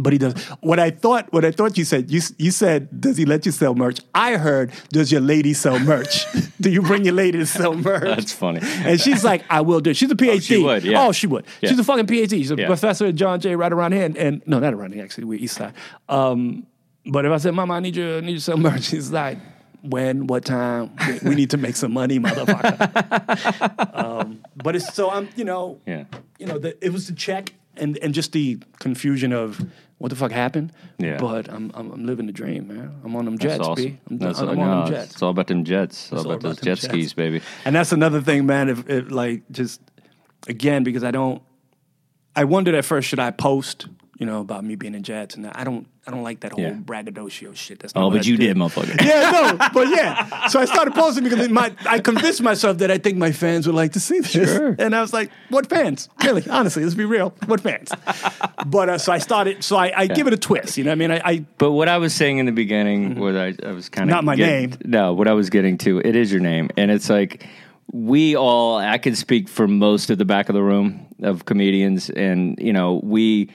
S4: but he does. What I thought, what I thought you said, you s- you said, does he let you sell merch? I heard, does your lady sell merch? Do you bring your lady to sell merch?
S3: That's funny.
S4: And she's like, I will do it. She's a PhD.
S3: she would, yeah.
S4: Oh, she would.
S3: Yeah.
S4: She's a fucking PhD. She's a
S3: Yeah.
S4: professor at John Jay right around here. And, and no, not around here, actually. We're East Side. Um, but if I said, Mama, I need you, I need you some merch, she's like, when, what time? We, we need to make some money, motherfucker. um, but it's so I'm, you know,
S3: Yeah.
S4: you know, the, it was the check and, and just the confusion of what the fuck happened.
S3: Yeah.
S4: But I'm, I'm, I'm living the dream, man. I'm on them jets,
S3: That's awesome.
S4: B. I'm,
S3: That's-
S4: I'm on
S3: no,
S4: them jets.
S3: It's all about them jets. It's all about
S4: all
S3: those
S4: about them
S3: jet
S4: jets.
S3: skis, baby.
S4: And that's another thing, man. If, if like just again, because I don't, I wondered at first, should I post you know, about me being in jets, and I don't, I don't like that whole
S3: Yeah.
S4: braggadocio shit. That's not
S3: Oh,
S4: what I
S3: but you did, motherfucker.
S5: Yeah, no, but yeah. So I started posting because my, I convinced myself that I think my fans would like to see this.
S3: Sure.
S5: And I was like, what fans? Really, honestly, let's be real. What fans? But uh, so I started, so I, I give it a twist. You know what I mean? I, I
S3: But what I was saying in the beginning was I, I was kind of
S5: Not my name.
S3: No, what I was getting to it is your name, and it's like we all. I can speak for most of the back of the room of comedians, and you know we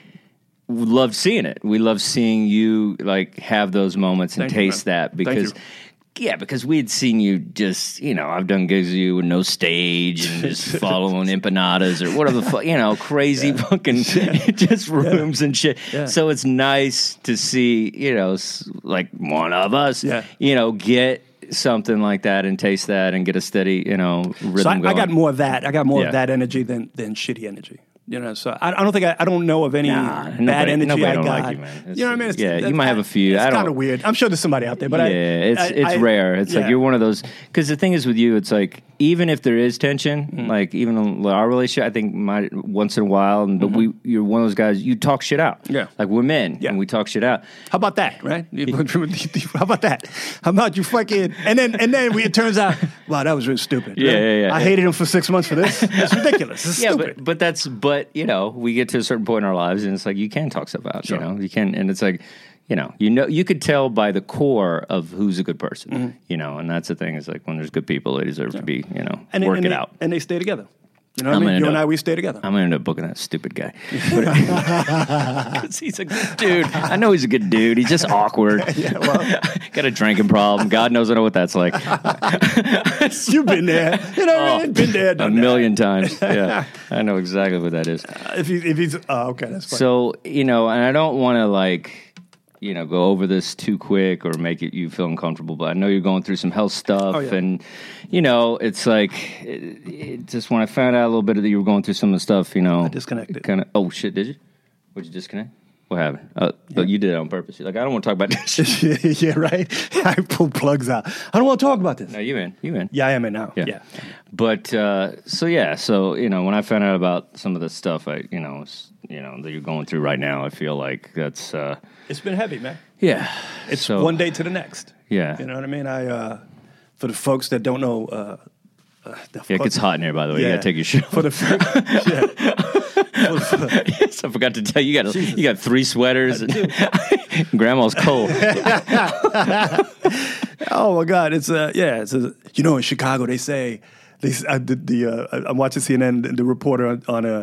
S3: love seeing it. We love seeing you like have those moments and
S4: Thank you,
S3: taste
S4: man.
S3: that
S4: Thank you.
S3: because. Yeah, because we had seen you just, you know, I've done gigs with you with no stage and just following empanadas or whatever the fuck, you know, crazy fucking just rooms and shit. So it's nice to see, you know, s- like one of us,
S4: Yeah.
S3: you know, get something like that and taste that and get a steady, you know, rhythm
S4: So I,
S3: going.
S4: I got more of that. I got more
S3: Yeah.
S4: of that energy than than shitty energy. You know, so I, I don't think I, I don't know of any
S3: Nah,
S4: bad
S3: nobody-
S4: energy
S3: nobody
S4: I
S3: don't
S4: got.
S3: like you, man. It's-
S4: know what I mean?
S3: yeah, you
S4: that's-
S3: might have a few.
S4: It's
S3: I don't-
S4: kind of weird. I'm sure there's somebody out there, but I,
S3: yeah, it's
S4: I-
S3: it's
S4: I-
S3: rare. It's like
S4: yeah.
S3: you're one of those because the thing is with you, it's like even if there is tension,
S4: Mm-hmm.
S3: like even in our relationship, I think my once in a while, and, but we you're one of those guys you talk shit out.
S4: Mm-hmm. Yeah.
S3: like we're men,
S4: Yeah.
S3: and we talk shit out.
S4: How about that, right? How about that? How about you fucking and then and then we, it turns out, wow, that was really stupid.
S3: Yeah, yeah, yeah,
S4: I
S3: yeah.
S4: hated him for six months for this. It's ridiculous. It's
S3: Yeah,
S4: stupid.
S3: but but that's but you know we get to a certain point in our lives, and it's like you can talk stuff out. You know, you can, and it's like. You know, you know, you could tell by the core of who's a good person.
S4: Mm-hmm.
S3: You know, and that's the thing is like when there's good people, they deserve to be. You know,
S4: and,
S3: work
S4: and
S3: it
S4: they,
S3: out.
S4: And they stay together. You know what
S3: I'm
S4: I mean?
S3: gonna
S4: You and
S3: know.
S4: I, we stay together.
S3: I'm gonna end up booking that stupid guy. Because he's a good dude. I know he's a good dude. He's just awkward. Got a drinking problem. God knows I know what that's like.
S4: You've been there. You know what I mean? Been there,
S3: Oh, a
S4: done that.
S3: million times. Yeah, I know exactly what that is.
S4: If, he, if he's, oh, okay, that's fine.
S3: So you know, and I don't want to like, you know, go over this too quick or make it you feel uncomfortable. But I know you're going through some health stuff,
S4: Oh, yeah.
S3: and you know, it's like, it, it- just when I found out a little bit that you were going through some of the stuff, you know,
S4: disconnected.
S3: Kind of. Oh shit! Did you? Would you disconnect? What happened? Uh, but you did it on purpose. You're like, I don't want to talk about this. shit.
S4: yeah, right? I pull plugs out. I don't want to talk about this.
S3: no, you in? You in?
S4: Yeah, I am in now. Yeah.
S3: But uh, so yeah, so you know, when I found out about some of the stuff, I you know, s- you know that you're going through right now, I feel like that's uh,
S4: It's been heavy, man.
S3: yeah.
S4: It's
S3: So-
S4: one day to the next.
S3: Yeah.
S4: You know what I mean? I, uh, for the folks that don't know, uh, uh, the
S3: Yeah, it
S4: fuck-
S3: gets hot in here, by the way. You
S4: Yeah.
S3: gotta take your shit off.
S4: For the, yeah. For the-
S3: yes, I forgot to tell you. You got you got three sweaters. Grandma's cold.
S4: Oh my God! It's uh, yeah. It's uh, you know in Chicago they say they s- I did the uh, I'm watching CNN the, the reporter on, on a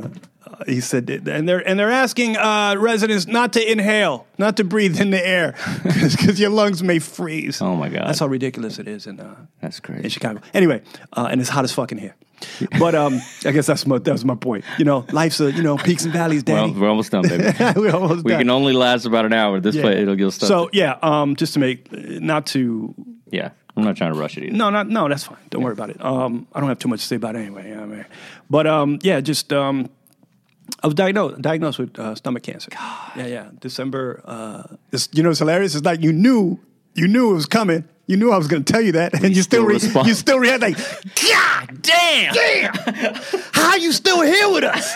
S4: uh, he said that- and they're and they're asking uh, residents not to inhale, not to breathe in the air because your lungs may freeze.
S3: Oh, my God.
S4: That's how ridiculous it is in uh,
S3: That's crazy.
S4: in Chicago. Anyway, uh, and it's hot as fucking here. But um, I guess that's my that was my point. You know, life's a you know peaks and valleys,
S3: Well,
S4: Daddy.
S3: we're almost done, baby.
S4: we almost
S3: We
S4: done.
S3: can only last about an hour. This way, it'll get stuck.
S4: So yeah, um, just to make not to
S3: yeah, I'm not trying to rush it either.
S4: No, not no. That's fine. Don't worry about it. Um, I don't have too much to say about it anyway. you know what I mean? But um, yeah, just um, I was diagnosed diagnosed with uh, stomach cancer. Yeah, yeah. December. Uh, it's, you know, it's hilarious. It's like you knew you knew it was coming. You knew I was going to tell you that, and you still
S3: still
S4: re-
S3: respond.
S4: you still react like, God damn, damn. How you still here with us?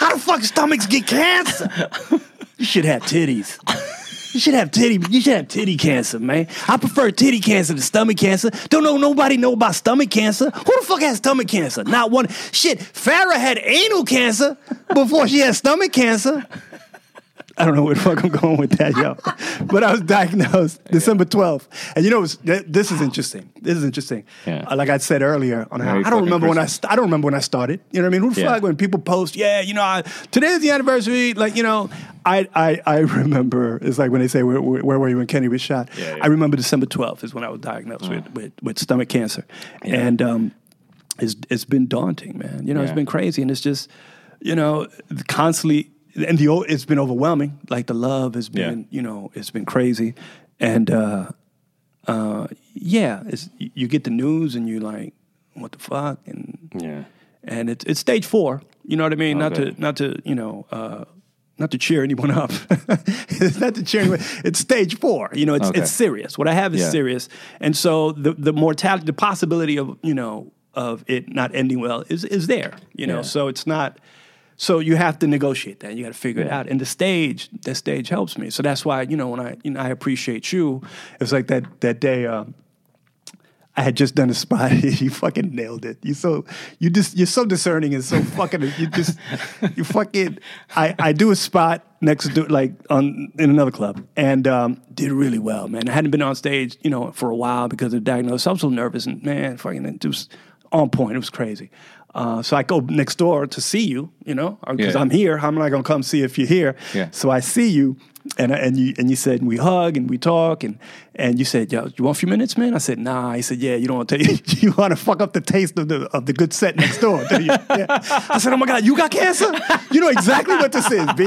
S4: How the fuck stomachs get cancer? You should have titties. You should have titty. You should have titty cancer, man. I prefer titty cancer to stomach cancer. Don't know nobody know about stomach cancer. Who the fuck has stomach cancer? Not one. Shit, Farrah had anal cancer before she had stomach cancer. I don't know where the fuck I'm going with that, yo. But I was diagnosed December 12th, and you know it's- th- this is interesting. This is interesting.
S3: Yeah.
S4: Uh, like I said earlier, on how
S3: Merry
S4: I don't
S3: fucking
S4: remember when I
S3: Christmas.
S4: st- I don't remember when I started. You know what I mean? Who the
S3: Yeah.
S4: fuck when people post, yeah, you know, I, today's the anniversary. Like you know, I I, I remember. It's like when they say where, where, where were you when Kenny was shot.
S3: Yeah, Mm. yeah.
S4: I remember December 12th is when I was diagnosed with, with with stomach cancer, and um, it's it's been daunting, man. You know, it's
S3: Yeah.
S4: been crazy, and it's just you know constantly and the o- it's been overwhelming. Like the love has
S3: Yeah.
S4: been, you know, it's been crazy, and. uh yeah, it's, you get the news and you're like, what the fuck? And
S3: Yeah.
S4: and it's it's stage four. You know what I mean?
S3: Okay.
S4: Not to not to you know. Uh, not to cheer anyone up. it's not to cheer anyone. It's stage four. You know, it's
S3: Okay.
S4: it's serious. What I have is
S3: Yeah.
S4: serious, and so the the mortality, the possibility of you know of it not ending well is is there. You know,
S3: Yeah.
S4: so it's not. So you have to negotiate that. You got to figure it out. And the stage, the stage helps me. So that's why you know when I you know I appreciate you. It was like that that day. Um, I had just done a spot. you fucking nailed it. You so you just you're so discerning and so fucking you just you fucking I I do a spot next to like on in another club and um, did really well, man. I hadn't been on stage you know for a while because of the diagnosis. I was so nervous and man, fucking it was on point. It was crazy. Uh, so I go next door to see you, you know, because
S3: Yeah.
S4: I'm here. How am I gonna come see if you're here?
S3: Yeah.
S4: So I see you, and and you and you said we hug and we talk and and you said, "Yo, you want a few minutes, man?" I said, "Nah." He said, "Yeah, you don't want to take, you want to fuck up the taste of the of the good set next door." Do you? Yeah. I said, "Oh my god, you got cancer? You know exactly what this is, b.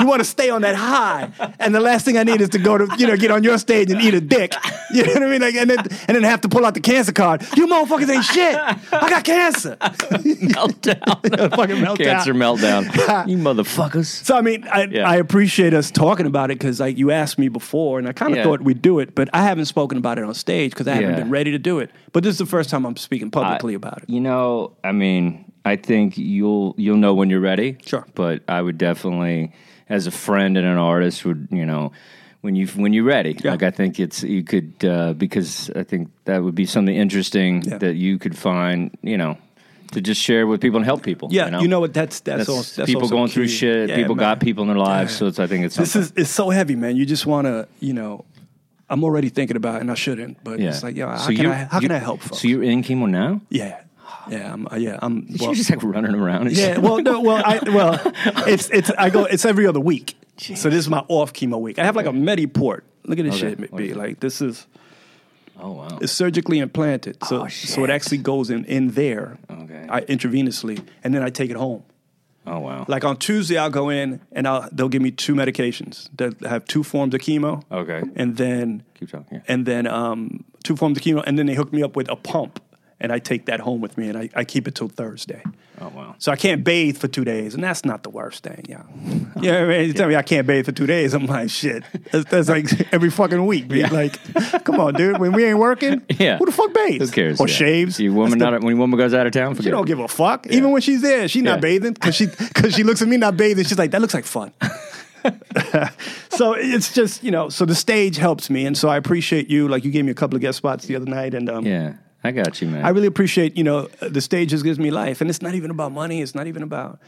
S4: You want to stay on that high, and the last thing I need is to go to you know get on your stage and eat a dick. You know what I mean? Like, and then and then have to pull out the cancer card. You motherfuckers ain't shit. I got cancer.
S3: meltdown.
S4: Fucking meltdown.
S3: Cancer meltdown. you motherfuckers.
S4: So I mean, I,
S3: Yeah.
S4: I appreciate us talking about it because like you asked me before, and I kind of
S3: Yeah.
S4: thought we'd do it, but I haven't spoken about it on stage because I haven't
S3: Yeah.
S4: been ready to do it. But this is the first time I'm speaking publicly
S3: I-
S4: about it.
S3: You know, I mean, I think you'll you'll know when you're ready.
S4: Sure.
S3: But I would definitely, as a friend and an artist, would you know. When you when you're ready,
S4: Yeah.
S3: like I think it's you could uh, because I think that would be something interesting
S4: Yeah.
S3: that you could find you know to just share with people and help people.
S4: Yeah,
S3: you know,
S4: what? That's that's,
S3: That's-
S4: all. That's
S3: people
S4: also
S3: going through
S4: key.
S3: shit.
S4: Yeah,
S3: people
S4: man.
S3: got people in their lives, so it's I think it's
S4: This
S3: something.
S4: is it's so heavy, man. You just want to, you know. I'm already thinking about, it, and I shouldn't, but it's like, yeah, how can
S3: you're-
S4: I? How can
S3: you-
S4: I help? Folks?
S3: So you're in chemo now?
S4: yeah, yeah, I'm, uh, yeah, I'm. well-
S3: you're just like running around. And
S4: Yeah,
S3: shit.
S4: well, no, well, I, well, it's it's I go it's every other week. So this is my off chemo week. I have like a Mediport. Look at this
S3: Okay.
S4: shit, be like this is
S3: oh wow.
S4: it's surgically implanted. So so it actually goes in in there,
S3: Oh, Okay.
S4: I, intravenously, and then I take it home.
S3: Oh wow.
S4: Like on Tuesday, I'll go in and I'll they'll give me two medications that have two forms of chemo.
S3: Okay.
S4: and then
S3: Keep talking, yeah.
S4: and then um, two forms of chemo, and then they hook me up with a pump, and I take that home with me, and I, I keep it till Thursday.
S3: oh wow.
S4: So I can't bathe for two days, and that's not the worst thing, y'all. You know what I mean? You tell me I can't bathe for two days, I'm like, shit. That's, that's like every fucking week, dude. Like, come on, dude. When we ain't working,
S3: Yeah.
S4: who the fuck bathes?
S3: Who cares?
S4: Or
S3: Yeah.
S4: shaves?
S3: Your woman
S4: That's the-
S3: not when your woman goes out of town. Forget
S4: she don't
S3: it.
S4: give a fuck. Even when she's there, she's
S3: Yeah.
S4: not bathing because she because she looks at me not bathing. She's like, that looks like fun. so it's just you know. So the stage helps me, and so I appreciate you. Like you gave me a couple of guest spots the other night, and um,
S3: Yeah, I got you, man.
S4: I really appreciate, you know, the stage just gives me life. And it's not even about money. It's not even about,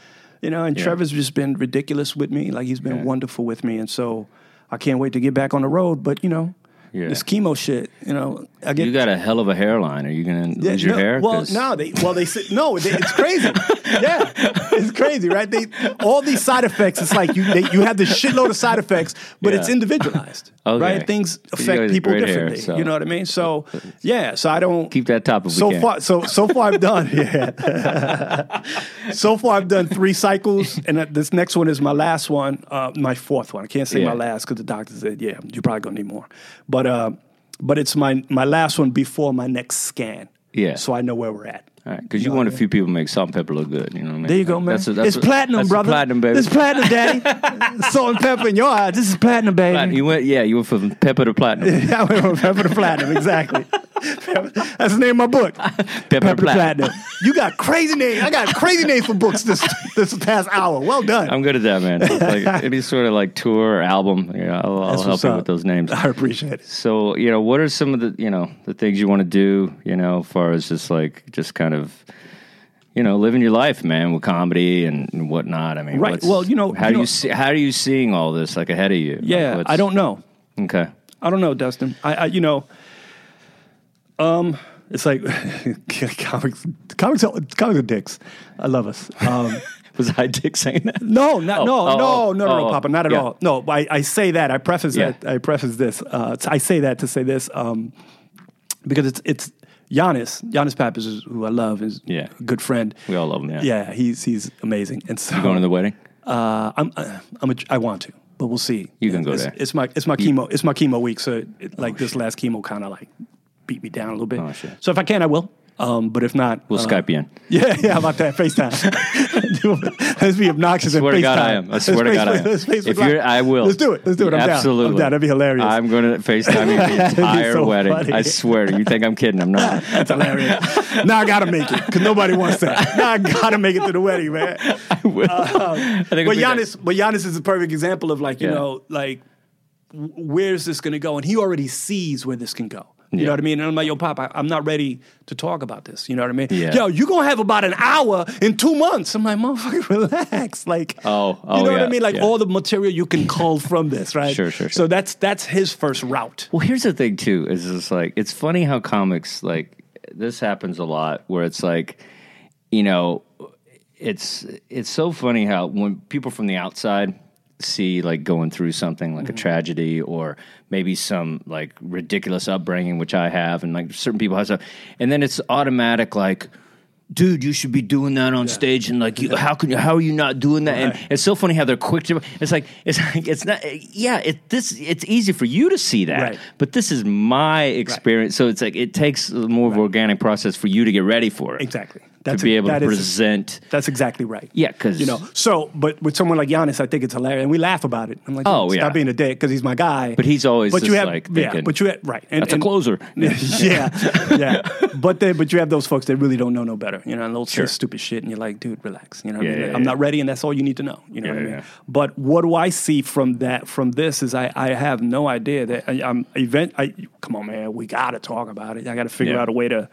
S4: you know, and Trevor's just been ridiculous with me. Like he's been wonderful with me. And so I can't wait to get back on the road. But, you know,
S3: Yeah.
S4: this chemo shit, you know, I get.
S3: you got a hell of a hairline. Are you gonna
S4: Yeah,
S3: lose your
S4: no,
S3: hair?
S4: Well,
S3: 'Cause-
S4: no, they well they said no. They, it's crazy. yeah, it's crazy, right? They all these side effects. It's like you they, you have this shitload of side effects, but it's
S3: Yeah.
S4: individualized,
S3: Okay.
S4: right? Things
S3: But you
S4: affect
S3: guys
S4: people
S3: great hair,
S4: differently.
S3: so-
S4: You know what I mean? So yeah, so I don't
S3: keep that top if we
S4: so
S3: can.
S4: far so so far i've done yeah so far i've done three cycles and that- this next one is my last one uh, my fourth one i can't say
S3: Yeah.
S4: my last because the doctor said yeah you're probably going to need more but uh, but it's my my last one before my next scan
S3: Yeah.
S4: so i know where we're at
S3: All right, because you want a few people to make salt and pepper look good. You know what I mean?
S4: there you go, man.
S3: That's a- that's
S4: it's
S3: a-
S4: platinum,
S3: that's a
S4: brother.
S3: Platinum, baby.
S4: It's platinum, daddy. Salt and pepper in your eyes. This is platinum, baby.
S3: Platinum. You went, yeah, you went from pepper to platinum.
S4: I went from pepper to platinum, exactly. Pepper- That's the name of my book.
S3: to
S4: Pepper, to
S3: platinum.
S4: platinum. You got crazy names. I got crazy names for books this this past hour. Well done.
S3: I'm good at that, man. It's like any sort of like tour or album, you know, I'll, I'll
S4: That's
S3: help
S4: what's
S3: you
S4: up.
S3: with those names.
S4: I appreciate it.
S3: So you know, what are some of the you know the things you want to do? You know, as far as just like just kind of you know living your life, man, with comedy and, and whatnot. I mean,
S4: Right.
S3: what's-
S4: Well, you know-
S3: how do
S4: you know-
S3: you see, how are you seeing all this like ahead of you? Like,
S4: Yeah,
S3: what's-
S4: I don't know.
S3: Okay.
S4: I don't know, Dustin. I, I you know, um, it's like comics, comics, are- comics are dicks. I love us. Um,
S3: Was I Dick saying that?
S4: No, not, no,
S3: oh,
S4: no,
S3: oh,
S4: no, no,
S3: oh,
S4: no, Papa, not at
S3: yeah.
S4: all. No, I, I say that. I preface
S3: Yeah.
S4: that. I preface this. Uh, I say that to say this um, because it's it's Giannis. Giannis Pappas, is, who I love, is
S3: Yeah.
S4: a good friend.
S3: We all love him. Yeah.
S4: Yeah, he's he's amazing. And so
S3: Going to the wedding.
S4: uh, I'm uh, I'm a, I want to, but we'll see.
S3: You can go
S4: it's,
S3: there.
S4: It's my it's my chemo it's my chemo week. So it, like this last chemo kind of like beat me down a little bit.
S3: Oh, shit.
S4: So if I can, I will. Um, but if not,
S3: We'll
S4: uh,
S3: Skype you in.
S4: Yeah, yeah, about that FaceTime. let's be obnoxious.
S3: swear
S4: and
S3: to God,
S4: FaceTime.
S3: I am. I swear to
S4: Let's
S3: God, I
S4: face-
S3: am.
S4: let's Facebook
S3: if you're,
S4: Live.
S3: I will.
S4: Let's do it. Let's do it. I'm
S3: Absolutely.
S4: down. I'm down. That'd be hilarious.
S3: I'm going to FaceTime you for
S4: That'd be
S3: the entire
S4: so
S3: wedding.
S4: funny.
S3: I swear to you. You think I'm kidding? I'm not.
S4: That's hilarious. now I gotta make it because nobody wants that. Now I gotta make it to the wedding, man.
S3: I will. I think
S4: Uh, But
S3: it'd be like-
S4: Giannis, but Giannis is a perfect example of like you
S3: Yeah.
S4: know like w- where's this gonna go, and he already sees where this can go. You
S3: Yeah.
S4: know what I mean? And I'm like, yo, Pop, I, I'm not ready to talk about this. You know what I mean?
S3: Yeah.
S4: Yo, you're gonna have about an hour in two months. I'm like, motherfucker, relax. Like,
S3: Oh, oh,
S4: you know what
S3: yeah,
S4: I mean? Like
S3: yeah.
S4: all the material you can cull from this, right?
S3: Sure, sure, sure.
S4: So that's that's his first route.
S3: Well, here's the thing too. Is it's like it's funny how comics like this happens a lot, where it's like, you know, it's it's so funny how when people from the outside see like going through something like a tragedy or maybe some like ridiculous upbringing, which I have, and like certain people have stuff, and then it's automatic like. Dude, you should be doing that on stage, and like, you, how can you? How are you not doing that? And it's so funny how they're quick to. It's like it's like it's not. Yeah, it this it's easy for you to see that,
S4: Right.
S3: but this is my experience. So it's like it takes more of an organic process for you to get ready for it.
S4: Exactly.
S3: to be able
S4: that
S3: to
S4: is-
S3: present.
S4: That's exactly right.
S3: Yeah, because
S4: You know, so but with someone like Giannis, I think it's hilarious, and we laugh about it. I'm like,
S3: Oh,
S4: stop
S3: yeah.
S4: being a dick because he's my guy.
S3: But he's always
S4: but you
S3: just,
S4: have
S3: like,
S4: yeah,
S3: thinking,
S4: but you have right. And,
S3: that's a
S4: and-
S3: closer.
S4: yeah, yeah. But then, but you have those folks that really don't know no better. You know, and they'll say stupid shit, and you're like, dude, relax. You know, what I
S3: Yeah,
S4: mean? Like,
S3: yeah,
S4: I'm
S3: yeah.
S4: not ready, and that's all you need to know. You know what I
S3: Yeah,
S4: mean?
S3: yeah.
S4: But what do I see from that? From this is I, I have no idea that I, I'm event. I come on, man, we got to talk about it. I got to figure
S3: Yeah.
S4: out a way to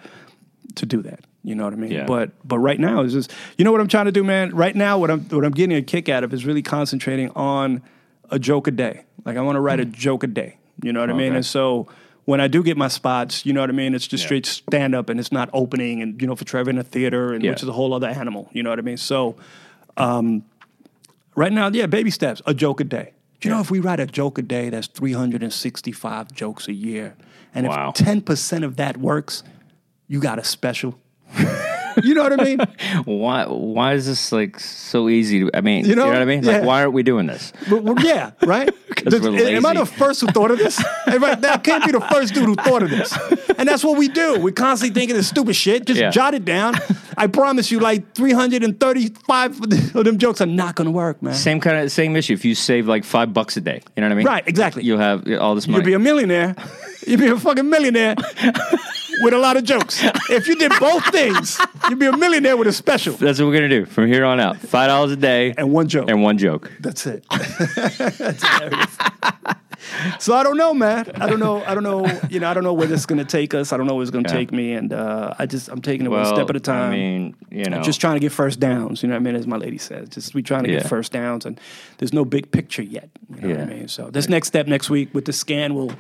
S4: to do that. You know what I mean?
S3: Yeah.
S4: But but right now is just you know what I'm trying to do, man. Right now, what I'm what I'm getting a kick out of is really concentrating on a joke a day. Like I want to write a joke a day. You know what I mean?
S3: Hmm. Okay.
S4: And so when I do get my spots, you know what I mean. It's just straight stand up, and it's not opening, and you know for Trevor in a theater, and
S3: Yeah.
S4: which is a whole other animal. You know what I mean? So. Right now, yeah, baby steps, a joke a day. Do you know if we write a joke a day, that's 365 jokes a year. And
S3: Wow.
S4: if 10% of that works, you got a special. you know what I mean?
S3: Why? Why is this like so easy? To, I mean, you
S4: You
S3: know,
S4: know?
S3: what I mean?
S4: Yeah.
S3: Like, why aren't we doing this?
S4: But, well, yeah, right?
S3: 'Cause
S4: Does-
S3: we're
S4: Am I the
S3: lazy.
S4: first who thought of this? Am I- that can't be the first dude who thought of this. And that's what we do. We're constantly thinking of stupid shit. Just
S3: Yeah.
S4: jot it down. I promise you, like 335 of them jokes are not going to work, man.
S3: Same kind of same issue. If you save like five bucks a day, you know what I mean?
S4: Right, exactly.
S3: You'll have all this
S4: You'd
S3: money.
S4: be a millionaire. You'd be a fucking millionaire with a lot of jokes. If you did both things, you'd be a millionaire with a special.
S3: That's what we're gonna do from here on out. Five dollars a day
S4: And one joke.
S3: and one joke.
S4: That's it. That's hilarious. so I don't know, man. I don't know. I don't know. You know, I don't know where this is gonna take us. I don't know where it's gonna
S3: Yeah.
S4: take me. And uh, I just I'm taking it
S3: Well,
S4: one step at a time.
S3: I mean, you know,
S4: Just trying to get first downs, you know what I mean? As my lady says, just we trying to
S3: Yeah.
S4: get first downs, and there's no big picture yet. You know
S3: Yeah.
S4: what I mean? So this next step next week with the scan will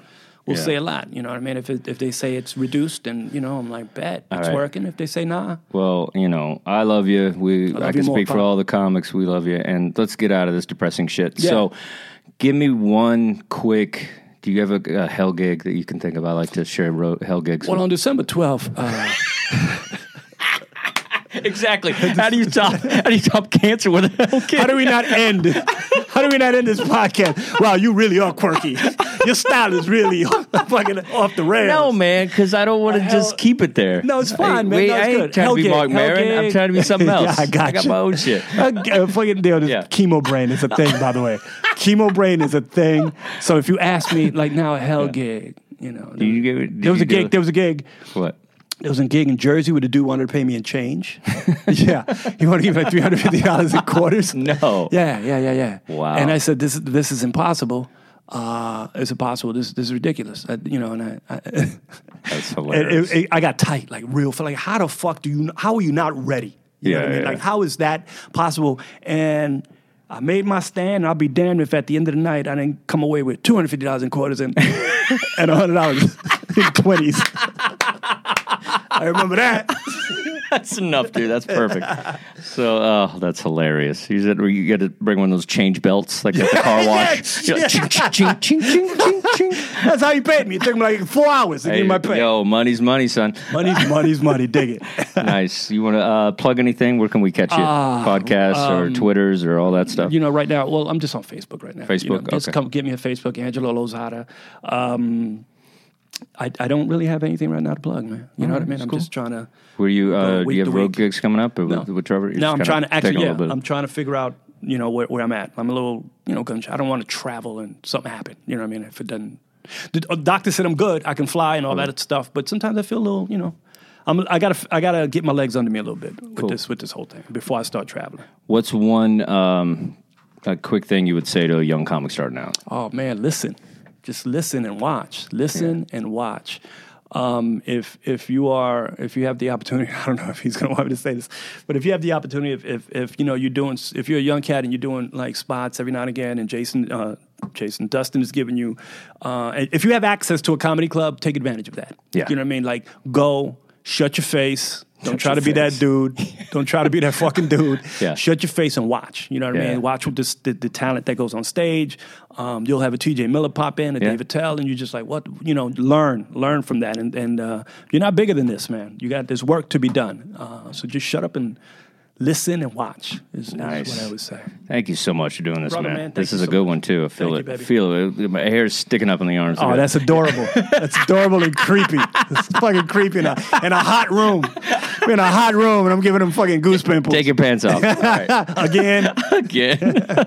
S4: will
S3: Yeah.
S4: say a lot. You know what I mean? If it, if they say it's reduced, and you know I'm like bet it's
S3: right.
S4: working. If they say nah,
S3: Well, you know, I love you. We I,
S4: love
S3: can
S4: you more,
S3: speak for
S4: Pop.
S3: all the comics. We love you, and let's get out of this depressing shit.
S4: Yeah.
S3: So, give me one quick. Do you have a, a hell gig that you can think of? I like to share ro- hell gigs.
S4: well
S3: with-
S4: on December 12th, uh,
S3: exactly. How do you top? How do you top cancer with a hell gig?
S4: how do we not end? How do we not end this podcast? Wow, you really are quirky. Your style is really fucking off the rails.
S3: no, man, because I don't want to
S4: hell-
S3: just keep it there.
S4: No, it's fine, man.
S3: wait,
S4: No, it's
S3: I ain't
S4: good.
S3: trying
S4: Hell
S3: to be
S4: gig,
S3: Mark
S4: hell
S3: Maron. I'm
S4: gig.
S3: trying to be something
S4: Yeah,
S3: else.
S4: I got
S3: got
S4: you.
S3: my own shit.
S4: Uh, fucking deal. This
S3: Yeah.
S4: chemo brain is a thing, by the way. chemo brain is a thing. So if you ask me, like now a hell gig, you know, there,
S3: you give it- did
S4: there was
S3: you
S4: a gig.
S3: do-
S4: There was a gig.
S3: What?
S4: There was a gig in Jersey where the dude wanted to pay me in change. yeah, he wanted to give me like three hundred fifty dollars in quarters.
S3: No.
S4: Yeah, yeah, yeah, yeah.
S3: Wow.
S4: And I said, "This is this is impossible. Uh, it's impossible. This this is ridiculous." I, you know, and I, I
S3: That's
S4: it,
S3: hilarious.
S4: it, it- I got tight, like real. Like, how the fuck do you? How are you not ready? You know
S3: Yeah,
S4: what I mean?
S3: yeah.
S4: Like, how is that possible? And I made my stand. and I'll be damned if at the end of the night I didn't come away with two hundred fifty dollars in quarters and and hundred dollars in twenties. I remember that.
S3: That's enough, dude. That's perfect. So, oh, that's hilarious. You said you got to bring one of those change belts, like at the car wash.
S4: Yeah.
S3: You're like, ching, ching, ching, ching, ching, ching, ching.
S4: That's how he paid me. It took me like four hours to
S3: Hey,
S4: get my pay.
S3: yo, money's money, son.
S4: Money's money's money. Dig it.
S3: nice. You want to uh, plug anything? Where can we catch you? Podcasts or Twitters or all that stuff?
S4: Ah, um, you know, right now, well, I'm just on Facebook right now. You know,
S3: Facebook,
S4: just
S3: okay.
S4: come get me on Facebook, Angelo Lozada. Um, I, I don't really have anything right now to plug, man. You know what I mean? I'm just trying to.
S3: Were you? Uh, do
S4: week
S3: you
S4: to
S3: have road
S4: week.
S3: gigs coming up or with, with Trevor? You're
S4: no,
S3: just
S4: I'm
S3: kinda
S4: trying to actually.
S3: taking a
S4: Yeah,
S3: little bit of-
S4: I'm trying to figure out you know where, where I'm at. I'm a little you know gun shy. I don't want to travel and something happen. You know what I mean? If it doesn't, the uh, doctor said I'm good. I can fly and all that stuff. But sometimes I feel a little you know. I'm, I gotta I gotta get my legs under me a little bit with this with this whole thing before I start traveling.
S3: What's one um, a quick thing you would say to a young comic starting out?
S4: Oh man, listen, just listen and watch. Listen and watch. Um, if if you are if you have the opportunity, I don't know if he's going to want me to say this, but if you have the opportunity, if if, if you know you're doing, s- if you're a young cat and you're doing like spots every now and again, and Jason. Uh, Jason Dustin is giving you. Uh, and if you have access to a comedy club, take advantage of that.
S3: Yeah.
S4: you know what I mean. Like, go shut your face. Don't
S3: Shut
S4: try
S3: your
S4: to be that
S3: face.
S4: dude. Don't try to be that fucking dude.
S3: Yeah.
S4: Shut your face and watch. You know what I
S3: Yeah.
S4: mean. Watch what this, the, the talent that goes on stage. Um, you'll have a T.J. Miller pop in, a
S3: Yeah.
S4: David Tell, and you're just like, what? You know, learn, learn from that, and and uh, you're not bigger than this, man. You got there's work to be done. Uh, so just shut up and listen and watch. Is,
S3: Nice.
S4: is what I would say.
S3: Thank you so much for doing this,
S4: Brother,
S3: man.
S4: man, thank
S3: this
S4: you
S3: is a
S4: so
S3: good
S4: much.
S3: one too. I feel it.
S4: Thank you, baby.
S3: feel it. My hair's sticking up in the arms.
S4: Oh, that's adorable. that's adorable and creepy. It's fucking creepy in a, in a hot room. We're in a hot room, and I'm giving them fucking goose pimples
S3: Take your pants off. All right.
S4: again.
S3: Yeah.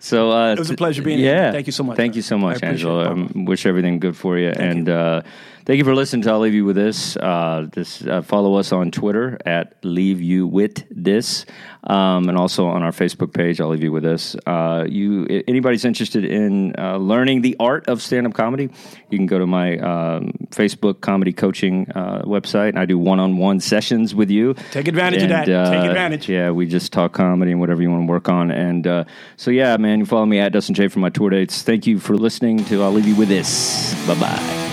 S3: so uh, it
S4: was a pleasure being here.
S3: yeah.
S4: Thank you so much,
S3: Thank
S4: man.
S3: you so much,
S4: I appreciate
S3: Angela.
S4: it.
S3: Um, wish everything good for you, and Uh, thank you for listening. To, I'll leave you with this. Uh, this uh, follow us on Twitter at leave you with this, um, and also on our Facebook page. I'll leave you with this. Uh, you i- anybody's interested in uh, learning the art of stand up comedy, you can go to my um, Facebook comedy coaching uh, website, and I do one on one sessions with you. uh,
S4: Take advantage of that. Take advantage.
S3: Yeah, we just talk comedy and whatever you want to work on. And uh, so, yeah, man, you follow me at Dustin J for my tour dates. Thank you for listening. To I'll leave you with this. Bye bye.